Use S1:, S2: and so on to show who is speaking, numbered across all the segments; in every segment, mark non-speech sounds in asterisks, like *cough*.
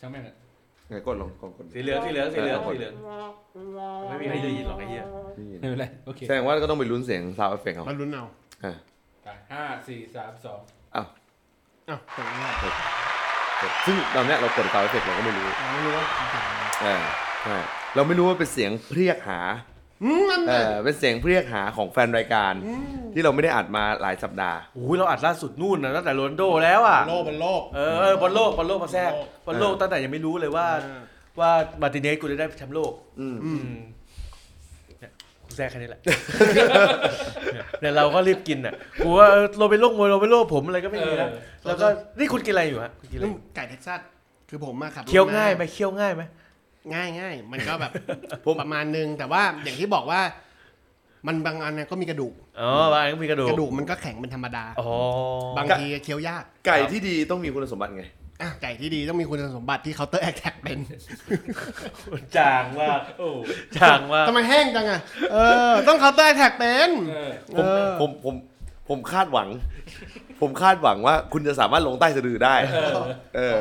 S1: ช่างแม่งอะ
S2: ไหนกดลงกดกด
S3: สีเหลืองสีเหลืองสีเหลืองสีเหลืองไม่มีใครได้ยินหรอกไอ้เหี้ย
S2: นี่
S1: ไม่เป็นไรโอเค
S2: แสดงว่าก็ต้องไปลุ้นเสียงซาวเอฟเฟกต์เอา
S4: มาลุ้นเอา
S2: อ่ะ
S1: ไปห้าสี่สามสอง
S2: อ้าว
S4: อ้าวแต่ว่า
S2: ซึ่งตอนเนี้ยเรากดซาวเอฟเฟกต์เราก็ไม่รู้
S4: เราไม่รู้ว่า
S2: อ่าใช่เราไม่รู้ว่าเป็นเสียงเรียกหา
S4: อืมนั่น
S2: เอ
S4: แหละ
S2: อเป็นเสียงเรียกหาของแฟนรายการ ที่เราไม่ได้อัดมาหลายสัปดาห์
S3: โอ้ยเราอัดล่าสุดนู่นนะตั้งแต่โรนลโดแล้วอ่ะ
S4: โลกเป็นโลก
S3: เออเออบอลโลกบอลโลกมาแทรกบอลโลกตั้งแต่ยังไม่รู้เลยว่า
S4: เออ
S3: ว่ามาร์ติเนสกูจะได้แชมป์โลก
S2: อืม
S3: อืมเนี่ยกูแทรกแค่นี้ *laughs* แหละ เนี่ยเราก็รีบกินอ่ะกูว่าเออเราเป็นโรคมวยเราเป็นโรคผมอะไรก็ไม่มีนะแล้วก็นี่คุณกินอะไรอยู่ฮะคุณกินอะไร
S4: นี่
S3: อยู่
S4: ไก่เท็กซัสคือผมมาขับรถ
S3: เคี้ยวง่ายไหมเคี้ยวง่ายไหม
S4: ง่ายง่ายมันก็แบบ ประมาณนึงแต่ว่าอย่างที่บอกว่า มันบางอันเนี่ยก็มีกระดูก
S3: อ๋อว่าอันนี้มีกระดูก
S4: กระดูกมันก็แข็งเป็นธรรมดา
S3: อ๋อบ
S4: างทีเคี้ยวยาก
S2: ไก่ที่ดีต้องมีคุณสมบัติไง
S4: อ่ะไก่ที่ดีต้องมีคุณสมบัติที่เคาน์เตอร์แอคแท็กเป็น
S3: จางว่าก
S1: โอ้
S3: จางว่าก
S4: ทำไมแห้งจังอ่ะเออต้องเคาน์เตอร์แอคแท็กเป็น
S1: เออ
S2: ผมผมผมผมคาดหวัง *laughs* ผมคาดหวังว่าคุณจะสามารถลงใต้สะดือได้ เออเออ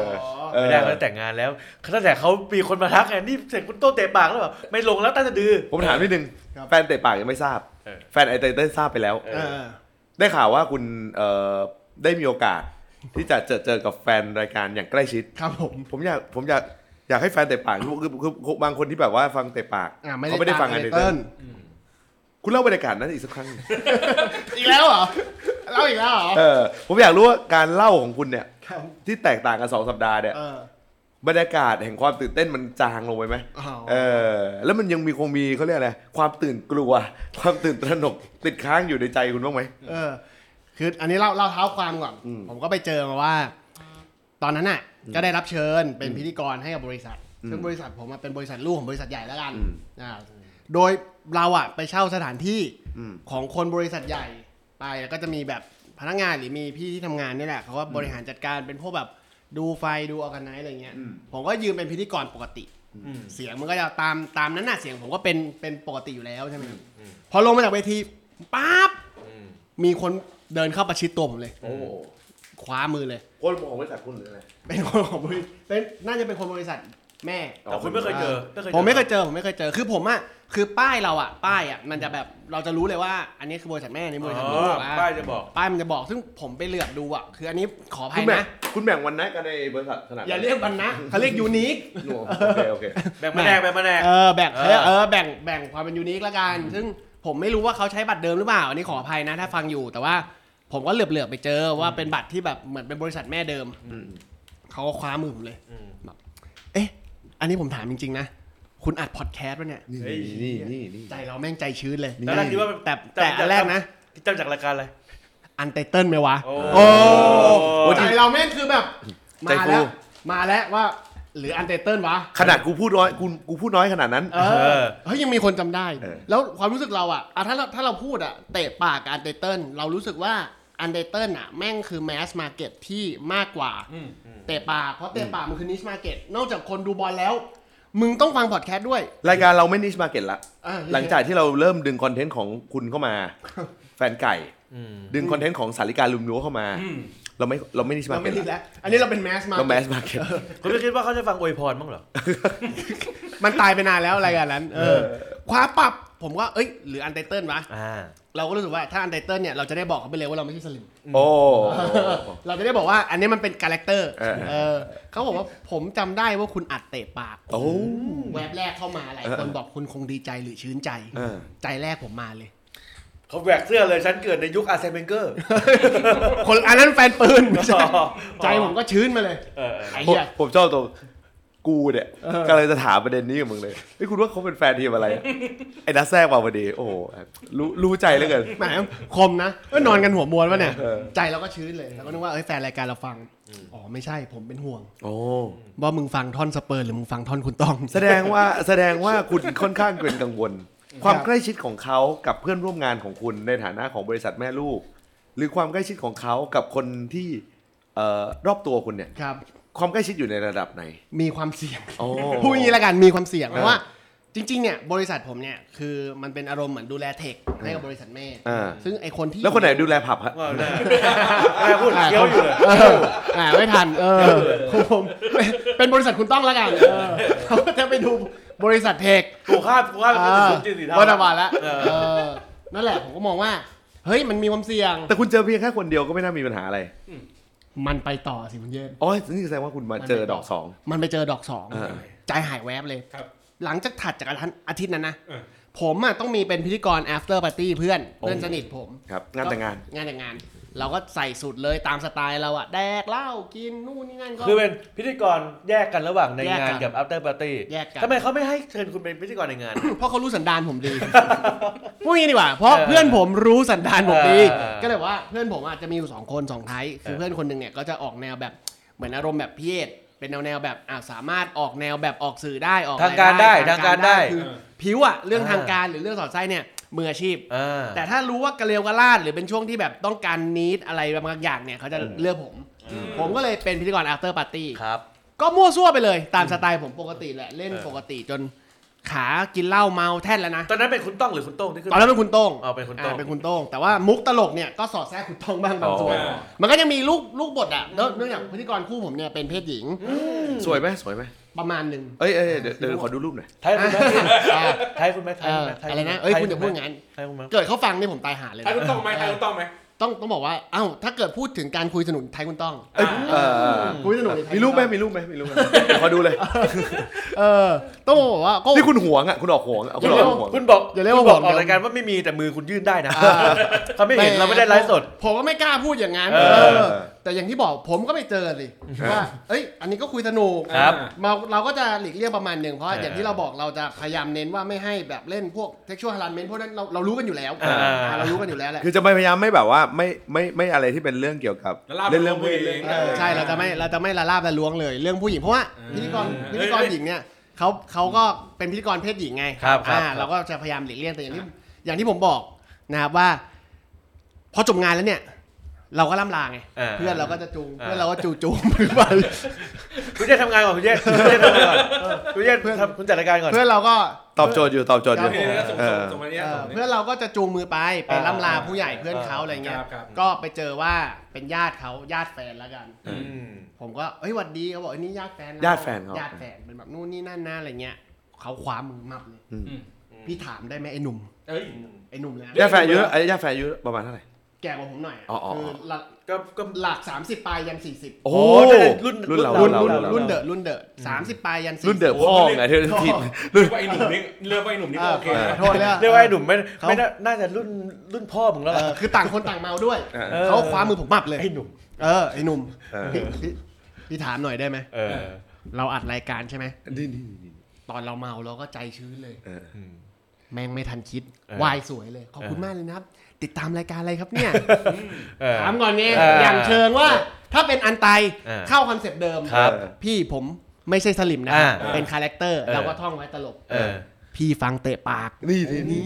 S3: ไม่ได้เขาแต่งงานแล้วตั้งแต่เขามีคนมาทักไงนี่เสร็จคุณโต้เตะปากแล้วเปล่าไม่ลงแล้วตั้งแต่ดื้อ
S2: ผมถามนิดนึง แฟนเตะปากยังไม่ทราบ
S3: เออ
S2: แฟนไอเตเต้นทราบไปแล้ว
S3: เอ
S4: เอ
S3: อ
S4: อ
S2: ได้ข่าวว่าคุณเอ่อได้มีโอกาส ที่จะเจอเจอกับแฟนรายการอย่างใกล้ชิด
S4: ครับผม
S2: ผมอยากผมอยากอยากให้แฟนเตะปากคือคือคือบางคนที่แบบว่าฟังเตะปาก
S4: อ่ะ
S2: เขาไม่ได้
S4: ต
S2: ฟังไอ
S4: ไอ
S2: เต
S4: เติ้
S2: เต้
S4: ล
S2: นคุณเล่าบรรยากาศนั้นอีกสักครั้ง
S4: อีกแล้วเหรอเล่าอีกแล้วเหรอ
S2: เออผมอยากรู้ว่าการเล่าของคุณเนี่ย ที่แตกต่างกันสองสัปดาห์เนี่ย
S4: เออบ
S2: รรยากาศแห่งความตื่นเต้นมันจางลงไปไหม
S4: อ๋อ
S2: เออ แล้วมันยังมีคงมีเขาเรียกอะไรความตื่นกลัว ความตื่นตระหนกติดค้างอยู่ในใจคุณบ้างไหม
S4: เออ คืออันนี้เล่าเล่าเท้าความก่อน
S2: อืม
S4: ผมก็ไปเจอมาว่า ตอนนั้นน่ะ ก็ได้รับเชิญเป็นพิธีกรให้กับบริษัท ซึ่งบริษัทผมอะเป็นบริษัทลูกของบริษัทใหญ่แล้วกัน
S2: อืม
S4: อ่าโดยเราอ่ะไปเช่าสถานที่
S2: อืม
S4: ของคนบริษัทใหญ่ไปแล้วก็จะมีแบบพนักงานหรือมีพี่ที่ทำงานนี่แหละเขาก็บริหารจัดการเป็นพวกแบบดูไฟดูออกันไนอะไรเงี้ย
S2: อืม
S4: ผมก็ยืนเป็นพิธีกรปกติ
S3: อืม
S4: เสียงมันก็จะตามตามนั้นน่ะเสียงผมก็เป็นเป็นปกติอยู่แล้วใช่ไหมพอลงมาจากเวทีปั๊บมีคนเดินเข้าประชิดตัวผมเลย
S2: โอ้โห
S4: คว้ามือเลย
S2: คนของบริษัทคุณหรืออะไร
S4: เป็นคนของบริเป็นน่าจะเป็นคนบริษัทแม่
S3: แต่คุณไม่เคยเจอไม่เคยเจอ
S4: ผมไม่เคยเจอผมไม่เคยเจอคือผมอะคือป้ายเราอะป้ายอะมันจะแบบเราจะรู้เลยว่า อันนี้คือบริษัทแม่อันนี้บริษัทลูก
S3: อ๋อ
S4: อะ
S3: ป้ายจะบอก
S4: ป้ายมันจะบอกซึ่งผมไปเหลือบดูอะคืออันนี้ขออภั
S2: คุ
S4: ย
S2: ณแบ่ง
S4: นะ
S2: คุณแบ่งวันนะกันในบริษัทขนาด
S4: อย่าเรียกมันนะเขาเรียกยูนิค
S2: หนูโอเคโอเค
S3: แบ่งมาแดงแบ่งมาแดง
S4: เออแบ่ง
S3: เออ
S4: เออแบ่งแบ่งความเป็นยูนิคละกัน ซึ่งผมไม่รู้ว่าเขาใช้บัตรเดิมหรือเปล่าอันนี้ขออภัยนะ ถ้าฟังอยู่แต่ว่าผมก็เหลือบเหลือบๆไปเจอว่าเป็นบัตรที่แบบเหมือนเป็นบริษัทแม่เดิมเขาก็คว้ามือผมเลย
S3: อืม
S4: เอ๊ะ อันนี้ผมถามจริงๆนะคุณอัดพอดแคสต์ปะเนี่ย
S2: นี่
S3: เฮ้ย
S2: นี่นี่นี่
S4: ใจเราแม่งใจชื้นเลย
S2: นี่
S3: แล้วคิดว่ามัน
S4: แต่แต่อันแรกนะ
S3: จำจากรายการอะไร
S4: อันไตเติ้ลไหมวะ
S3: โอ้
S4: โอ้
S2: โอ้
S4: ใจเราแม่งคือแบบ
S2: ใจ
S4: มา
S2: ฟู
S4: แล้ว มาแล้วว่า หรืออันไตเติ้ลวะ
S2: ขนาดกูพูดน้อยกูกูพูดน้อยขนาดนั้น
S4: เออ เฮ้ย ยังมีคนจำได้
S2: เออ
S4: แล้วความรู้สึกเราอะอะถ้าเราถ้าเราพูดอะเตะปากกับอันไตเติ้ลเรารู้สึกว่าอันไตเติ้ลอะแม่งคือแมสมาเก็ตที่มากกว่า
S1: อืม
S4: เตะปากเพราะเตะปากมันคือนิชมาเก็ตนอกจากคนดูบอลแล้ว มึงต้องฟังพอดแคสต์ด้วย
S2: รายการเราไม่นิชมาเก็ตละ
S4: อ่ะ
S2: หลังจากที่เราเริ่มดึงคอนเทนต์ของคุณเข้ามา แฟนไก่
S3: อืม
S2: ดึงคอนเทนต์ของสาริกาลุมรั้วเข้ามา
S1: อืม
S2: เราไม่เราไม่นิชมา
S4: เรา
S2: เก็
S4: ไม่
S2: ต
S4: นิชแล้ว อันนี้เราเป็นแมสมา
S2: เราแมสมาเก็ต
S3: คุณไม่คิดว่าเขาจะฟังอวยพรบ้างเหรอ
S4: มันตายไปนานแล้วอะไรกันนั้น เออคว้าปับผมว่าเอ้ยหรืออันไตเติ้ลวะ
S3: อ่า
S4: เราก็รู้สึกว่าถ้าอันไตเติลเนี่ยเราจะได้บอกเขาไปเลยว่าเราไม่ใช่สลิม
S2: โอ้
S4: *laughs* เราจะได้บอกว่าอันนี้มันเป็นคาแรคเตอร์
S2: เออ
S4: เออเขาบอกว่าผมจำได้ว่าคุณอัดเตะปาก
S2: โอ้
S4: แวบแรกเข้ามาหลายคนบอกคุณคงดีใจหรือชื้นใจ
S2: เออ
S4: ใจแรกผมมาเลย
S3: เขาแหวกเสื้อเลยฉันเกิดในยุคอาร์เซนเบงเกอร์
S4: คนอันนั้นแฟนปืนไม่ใช่
S3: อ๋อ
S4: ใจผมก็ชื้นมาเลย
S3: เออ
S4: ไอ้
S2: ผม
S4: เหี้ย
S2: ผมชอบตรงกูเนี่ยกำลังจะถามประเด็นนี้กับมึงเลยไอ้ยคุณว่าเขาเป็นแฟนทีมอะไร ไอ้นัดแทรกมาพอดี โอ้โหรู้รู้ใจเหลือเกิน
S4: แหมคมนะเอ้ยนอนกันหัวมวนวะเนี่ย
S2: เออ
S4: ใจเราก็ชื้นเลยเราก็นึกว่าเอ้ยแฟนรายการเราฟังอ๋อไม่ใช่ผมเป็นห่วง
S2: โอ้
S4: ว่ามึงฟังท่อนสเปอร์หรือมึงฟังท่อนคุณต้อง
S2: แสดงว่า *laughs* แสดงว่าคุณค่อนข้างเป็นกังวล ความใกล้ชิดของเขากับเพื่อนร่วมงานของคุณในฐานะของบริษัทแม่ลูก หรือความใกล้ชิดของเขากับคนที่เอ่อรอบตัวคุณเนี่ย
S4: ครับ
S2: ความใกล้ชิดอยู่ในระดับไหน
S4: มีความเสี่ยง
S2: โอ้
S4: พูดอย่างนี้ละกันมีความเสี่ยง
S2: เออ
S4: เพราะว่า จริงๆเนี่ยบริษัทผมเนี่ยคือมันเป็นอารมณ์เหมือนดูแลเทคให้กับบริษัทแม่
S2: อ่า
S4: ซึ่งไอคนที่
S2: แล้วคนไหนดูแลผับฮะ
S3: ว้าวได้ได้พูดเคี้ยวอยู่เลย
S4: เอออ่าไม่ทันเออผมผมเป็นบริษัทคุณต้องแล้วกันเออถ้าไปดูบริษัทเทค
S3: กูคาดกูคาดเป็นสุดจีนสีเทา
S4: วันวานแล้ว
S3: เออ
S4: เออนั่นแหละผมก็มองว่า เฮ้ยมันมีความเสี่ยง
S2: แต่คุณเจอเพียงแค่คนเดียวก็ไม่น่ามีปัญหาอะไร
S4: มันไปต่อสิคุณเย็น
S2: อ๋อ นี่แสดงว่าคุณมาเจอดอกสอง
S4: มันไปเจอดอกสอง
S2: เออ
S4: ใจหายแวบเลย
S1: ครับ
S4: หลังจากถัดจากอาทิตย์อาทิตย์นั้นนะ
S1: เออ
S4: ผมอ่ะต้องมีเป็นพิธีกร after party เพื่อนเพื่อนสนิทผม
S2: ครับ งานแต่งงาน
S4: งานแต่งงาน เราก็ใส่สุดเลยตามสไตล์เราอ่ะ แดกเหล้ากินนู่นนี่นั่นก็
S3: คือเป็นพิธีกรแยกกันระหว่างใน
S4: แยกกั
S3: งาน นกับ after party
S4: แยกกัน
S3: ทำไมเขาไม่ให้เชิญคุณเป็นพิธีกรในงาน
S4: เพราะเขารู้สันดานผมดี พูดงี้ดีกว่า เพราะ
S3: เออ
S4: เพื่อนผมรู้สันดานผมดี
S3: เออ
S4: ก็เลยว่าเพื่อนผมอาจจะมีอยู่สองคนสองไทป์คือ
S3: เออ
S4: เพื่อนคนหนึ่งเนี่ยก็จะออกแนวแบบเหมือนอารมณ์แบบพิเศษเป็นแนวแนวแบบอ่าสามารถออกแนวแบบออกสื่อได้ออกอะ
S3: ทางการได้ทางการได้
S4: คือผิวอะเรื่องทางการหรือเรื่องสอดไส้เนี่ยมืออาชีพ
S3: อ่า
S4: แต่ถ้ารู้ว่ากระเลวกระลาดหรือเป็นช่วงที่แบบต้องการนิดอะไรบางอย่างเนี่ยเขาจะเลือกผม ผมก็เลยเป็นพิธีกร after party
S3: ครับ
S4: ก็มั่วซั่วไปเลยตามสไตล์ผมปกติแหละเล่น
S3: เออ
S4: ปกติจนขากินเหล้าเมาแท่นแล้วนะ
S3: ตอนนั้นเป็นคุณต้องหรือคุณโต้งที่ขึ้น
S4: ตอนนั้นเป็นคุณโต้ง
S3: อ๋อเป็นคุณโต้ง
S4: าเป็นคุณโต้ง แต่ว่ามุกตลกเนี่ยก็สอดแทรกคุณโต้งบ้างบางส่วน
S1: อ๋อ
S4: มันก็ยังมีลูกลูกบทอ่ะแล้วเนื่องจากพิธีกรคู่ผมเนี่ยเป็นเพศหญิง
S2: สวยไหมสวยไหม
S4: ประมาณหนึ่ง
S2: เอ้ยเอ้ยเดี๋ยวเดี๋ยวขอดูรูปหน่อย
S3: ไทยคุณไหม
S4: อ่า
S3: ไทยคุณไหมไท
S4: เอย
S3: คุณ
S4: อ
S3: ไหมไทย
S4: อะ
S3: คุณไหม
S4: ไรนะ เอ้ยคุณอย่าพูดงั้น
S3: ไทยคุณไหม
S4: เกิดเขาฟังนี่ผมตายหาเลย
S1: ใคร
S4: นะ
S1: คุณต้องไหมใครคุณต้องไหม
S4: ต้องต้องบอกว่า เอ้า ถ้าเกิดพูดถึงการคุยสนุกไทยคุณต้อง
S2: เอ้ยเออเออเออ
S4: คุยสนุกในไทย
S2: มีรูปไหมมีรูปไหมมีรูปไหมเดี๋ยวขอดูเลย
S4: เออ ต้องบอกว่าก็
S2: นี่คุณหวงอ่ะ คุณออกหวงอะคุณออกหวง
S3: คุณบอก
S4: อย่าเรียกว่า
S3: คุณบอก
S4: ผม
S3: ออก
S4: นะ
S3: รายการว่าไม่มีแต่มือคุณยื่นได้นะเขาไม่เห็นเราไม่ได้ไลฟ์สด
S4: ผมก็ไม่กล้าพูดอย่างนั้น
S3: เออ
S4: เออ แต่อย่างที่บอกผมก็ไปเจอสิว่า เอ้ย อันนี้ก็คุยสนุก
S3: ครับ
S4: เราเราก็จะหลีกเลี่ยงประมาณหนึ่งเพราะ
S3: เออ
S4: อย่างที่เราบอกเราจะพยายามเน้นว่าไม่ให้แบบเล่นพวกเท็กชวลฮาร์เมนพวกนั้นเราเรารู้กันอยู่แล้ว
S3: อ่า
S4: อ่าเรารู้กันอยู่แล้วแหละ
S2: *laughs* คือจะพยายามไม่แบบว่าไม่ไม่ไม่อะไรที่เป็นเรื่องเกี่ยวกับ
S1: แล้วลาบ
S2: เล่นเรื่อง
S1: ลงมื
S2: ผู้
S1: อ
S2: หญิง
S1: เอง
S4: เออใช่เราจะไม่เราจะไม่ละลาบละล้วงเลย เรื่องผู้หญิงเพราะว่า
S1: เออ
S4: พิธีกร
S1: เออ
S4: พิธีกรหญิงเนี่ยเขาเขาก็เป็นพิธีกรเพศหญิงไง
S3: ครับครับ
S4: อ่า
S3: ครับ
S4: เราก็จะพยายามหลีกเลี่ยงแต่อย่างที่อย่างที่ผมบอกนะครับว่า พอจบงานแล้วเนี่ย เราก็ล่ำลาไงเพื่อนเราก็จะจูงเพื่อนเราก็จูจูง *laughs* มือไป
S3: คุณเจษทำงานก่อนคุณเจษคุณเจษทำงานก่อนคุณเจษ
S4: เพื่อน
S3: ทำคุณจัดรายการก่อน
S4: เพื่อนเราก็
S2: ตอบโจทย์อยู่ตอบโจทย์อ
S1: โอยู่ เคแล้วส่ง
S2: เอ
S1: ส่ง
S2: อ
S1: ส่งมาเนี้ย
S4: เออ
S1: ส่งมา
S4: เพื่
S1: เนี้ย
S4: อนเราก็จะจูงมือไปไปล่ำลาผู้ใหญ่เพื่อนเขาอะไรเงี้
S1: ค
S4: ย
S1: รับครับ
S4: ก็ไปเจอว่าเป็นญาติเขาญาติแฟนแล้วกัน
S3: อืม
S4: ผมก็เอ้ยหวัดดีเขาบอกเอ้ยนี่ญาติแฟนเร
S2: ญาติแฟนเขา
S4: ญาติแฟนเป็นแบบนู่นนี่นั่นนะอะไรเงี้ยเขาคว้ามือมับเลย
S1: อืม
S4: พี่ถามได้ไหมไอ้หนุ่ม
S1: เอ้ย
S4: ไอ้หนุ่มเลยนะ
S2: ย่าแฟนอายุไอ้ย่าแฟนอายุประมาณเท่าไหร่
S4: แก่กว่าผมหน่อยอะ
S2: อ๋ออ๋ออ๋อ
S4: คือหลัก
S3: ก็ก็
S4: หลัก30ปลายยัน 40
S2: โอ้
S3: โอ้
S2: โห
S3: รุ่น
S2: รุ่นเรา
S3: รุ่
S4: รุ่น
S3: น
S2: เราเรา
S4: รุ่นรุ่นเดอะรุ่นเดอะสามสิบปลายยันสี่
S2: รุ่นเดอะพ่อไงเธอทีม
S1: เรียกว่าไอ้หนุ่มนี่เรียกว่าไอ้หนุ่มนี่ก็โอเค
S4: เออขอ
S1: นะ
S4: โทษเลยอะ
S3: เรียกว่าไอ้หนุ่มไม่
S4: เขา
S3: ไม่น่าน่าจะรุ่นรุ่นพ่อมึงแล้ว
S4: เอ
S3: ล่ะ
S4: อคือต่างคนต่างเมาด้วย
S2: เออ
S3: เออ
S4: เขาคว้ามือผมมับเลย
S3: ไอ้หนุ่ม
S4: เออไอ้หนุ่ม
S2: เออ
S4: พี่พี่พี่ถามหน่อยได้ไหม
S3: เออ
S4: เราอัดรายการใช่ไหม
S2: นี่นี่นี่
S4: ตอนเราเมาเราก็ใจชื้นเลย
S2: เออ
S3: อืม
S4: แม่งไม่ทันคิด
S3: เออ
S4: วายสวยเลย ขอบคุณ
S3: เออ
S4: มากเลยนะครับ ติดตามรายการอะไรครับเนี่ย
S3: เออ
S4: ถามก่อนไง
S3: เออ
S4: อ
S3: อย่าง
S4: เชิงว่า ถ้าเป็นอันไต
S3: เออ
S4: เข้าคอนเซปต์เดิม
S3: ครับ
S4: พี่ผมไม่ใช่สลิมนะ
S3: อ่า
S4: เป็นคาแรคเตอร์
S3: เออ
S4: เราก็ท่องไว้ตลก
S3: เออ
S4: พี่ฟังเตะปาก
S2: นี่นี่นี่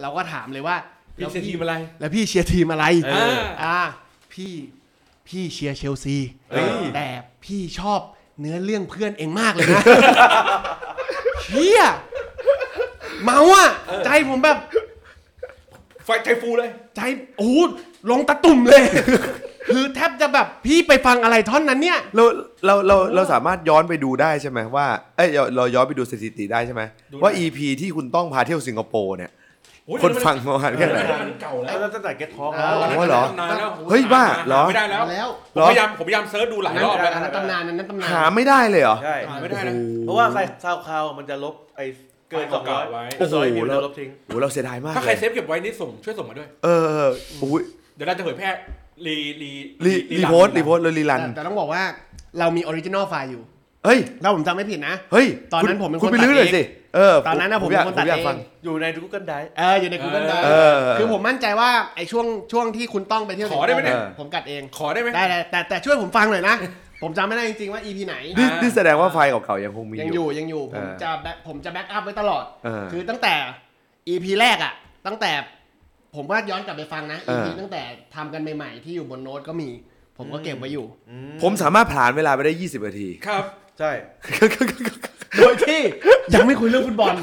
S4: เราก็ถามเลยว่า
S1: พี่เชียร์ทีมอะไร
S4: แล้วพี่เชียร์ทีมอะไร
S3: เอออ่
S4: าพี่พี่เชียร์เชลซี
S3: เอ้ย
S4: แต่พี่ชอบเนื้อเรื่องเพื่อนเองมากเลยนะ เฮียเมาอ่ะ ใจผมแบบ
S1: ไฟใจฟูเลย
S4: ใจโอ้โหลงตะตุ่มเลย คือแทบจะแบบพี่ไปฟังอะไรท่อนนั้นเนี่ย
S2: เราเราเราเราสามารถย้อนไปดูได้ใช่ไหมว่าเอ้ยเราเราย้อนไปดูสถิติได้ใช่ไหม
S1: ดู
S2: ว่า
S1: ได้
S2: EP ที่คุณต้องพาเที่ยวสิงคโปร์เนี่ย
S1: โอ้ย
S2: คนฟังประมาณแค่ไหน
S1: มันเก่าแล้
S3: แล้ววตั้งแต่เก็ตท็อก
S4: เออ
S1: ตนนั้น
S2: โอ้ยเหรอ
S1: ตำนานแล้ว
S2: เฮ้ยบ้าเหรอ
S1: ไม่ได้แล้ว
S4: แล้ว
S1: ผมพยายามผมพยายามเซิร์ชดูหลายรอบแล้ว
S4: อันนั้นตำนานอันนั้นตำนาน
S2: หาไม่ได้เลยเหรอ
S3: ใช่
S1: หาไม่ได้นะ
S3: เพราะว่าใครซาวคาวมันจะลบไอ้เกินสองร้อย
S1: เก่าๆไว้
S3: เกินสองร้อยวิว
S2: โอ้โห
S3: แล้วลบทิ้ง
S2: โอ้เราเสียดายมาก
S1: ถ้าใค
S2: เล
S1: ร
S2: ย
S1: เซฟเก็บไว้นี่ส่งช่วยส่งมาด้วย
S2: เอออุ้ย
S1: เดี๋ยวเราจะเผยแพร่รีรี
S2: รีรีโพสต์รีโพสต์เลยรีรัน
S4: แต่แต่ต้องบอกว่าเรามีออริจินอลไฟล์อยู่
S2: เฮ้ย
S4: ถ้าผมจำไม่ผิดนะ
S2: เฮ้ย
S4: ตอนนั้น
S2: คุณ
S4: ผมเป็น
S2: คุณ
S4: คน
S2: ไปลื้อ
S4: ตัด
S2: เลย
S4: เอง
S2: สิเออ
S4: ตอนนั้นน่ะผม
S2: ยาก
S4: เป็นคนตัด
S2: ยาก
S4: เอง
S2: ฟัง
S3: อยู่ใน Google Drive
S4: เอออยู่ใน Google
S2: เอ
S4: Drive
S2: อ
S4: คือผมมั่นใจว่าไอ้ช่วงช่วงที่คุณต้องไปเที่ยว
S1: ขอได้ไหมเนี่ย
S2: เออ
S4: ผมกัดเอง
S1: ขอได้ไหม
S4: ได้ได้แต่แต่ช่วยผมฟังหน่อยนะ ผมจำไม่ได้จริงๆว่า EP ไหน
S2: นี่
S1: อ่านี่
S2: นี่แสดงว่าไฟล์เก่าๆยังคงมี
S4: ยัง
S2: อ
S4: อยู่ ยู่ยังอยู่ ผม
S2: เออ
S4: จะ back- ผมจะแบ็กอัพไว้ตลอด
S2: เออ
S4: คือตั้งแต่ EP แรกอ่ะ ตั้งแต่ผมว่าย้อนกลับไปฟังนะ
S2: เออ
S4: EP ตั้งแต่ทำกันใหม่ ๆ ที่อยู่บนโน้ตก็มี ผมก็เก็บไว้อยู่
S2: ผมสามารถผ่านเวลาไปได้ 20นาที *laughs*
S1: ครับ
S3: ใช่
S2: คือคือคือคือ
S4: โดยที่ *laughs* ยังไม่คุยเรื่องฟุตบอล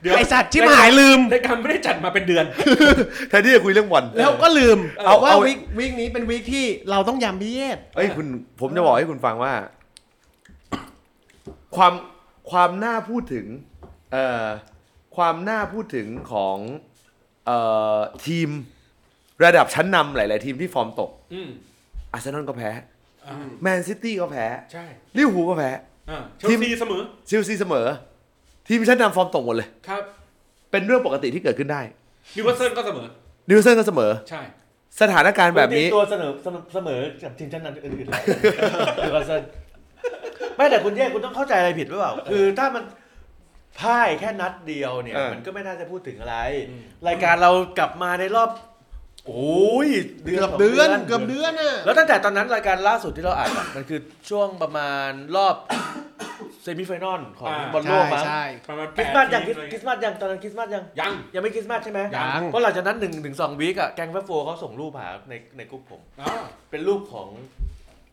S1: เดี๋ยว
S4: ไอสัตว์ชิบหายลืม
S1: รายการไม่ได้จัดมาเป็นเดือน
S2: แทนที่จะคุยเรื่องบอล
S4: แล้วก็ลืม
S2: เอา
S4: ว่า
S2: เอา
S4: วิกวิกนี้เป็นวิกที่เราต้องยำพิเยศ
S2: เอ้ยคุณผมจะบอกให้คุณฟังว่า ความความน่าพูดถึงเอ่อความน่าพูดถึงของเอ่อทีมระดับชั้นนำหลาย ๆ ทีมที่ฟอร์มตก
S1: อืม
S2: อาร์เซนอลก็แพ้
S1: อ่า
S2: แมนซิตี้ก็แพ้
S1: ใช่
S2: ลิเวอร์พูลก็แพ้
S1: อ่าเช
S2: ที
S1: ล
S2: ม
S1: ซีเสมอ
S2: เชลซีเสมอ ทีมชั้นนำฟอร์มตกหมดเลย
S1: ครับ
S2: เป็นเรื่องปกติที่เกิดขึ้นได้
S1: นิวคาสเซิลก็เสมอ
S2: นิวคาสเซิลก็เสมอ
S1: ใช่
S2: สถานการณ์แบบนี้
S3: ผมเตรียมตัวเสนอเสมอกับทีมชั้นนำอื่นๆแล้วนิวคาสเซิลไม่แต่คุณแย่คุณต้องเข้าใจอะไรผิดหรือเปล่า คือถ้ามันพ่ายแค่นัดเดียวเนี่ย
S2: เออ
S3: มันก็ไม่น่าจะพูดถึงอะไร
S1: อืม
S3: รายการเรากลับมาในรอบ โอ้ย
S4: เกือบ
S3: สง
S4: เดือนเกือบเดือนอ่ะ
S3: แล้วตั้งแต่ตอนนั้นรายการล่าสุดที่เราอ่านอะ มันคือช่วงประมาณรอบ เซมิไฟนอลของ
S1: อ่า
S3: บอลโลก
S4: ใช่
S3: มั้ง
S4: ใช่
S1: ประมาณ
S3: คริสต์มาสยัง
S1: แปดที
S3: คริสต์มาสยังตอนนั้นคริสต์มาสยัง
S1: ยัง
S3: ยังไม่คริสต์มาสใช่ไหม
S1: ยัง
S3: เพราะหลังจากนั้นหนึ่งถึงสองวีคอะแกงแฟร์โฟร์เขาส่งรูปหาในในกลุ่มผม
S1: อ๋อ
S3: เป็นรูปของ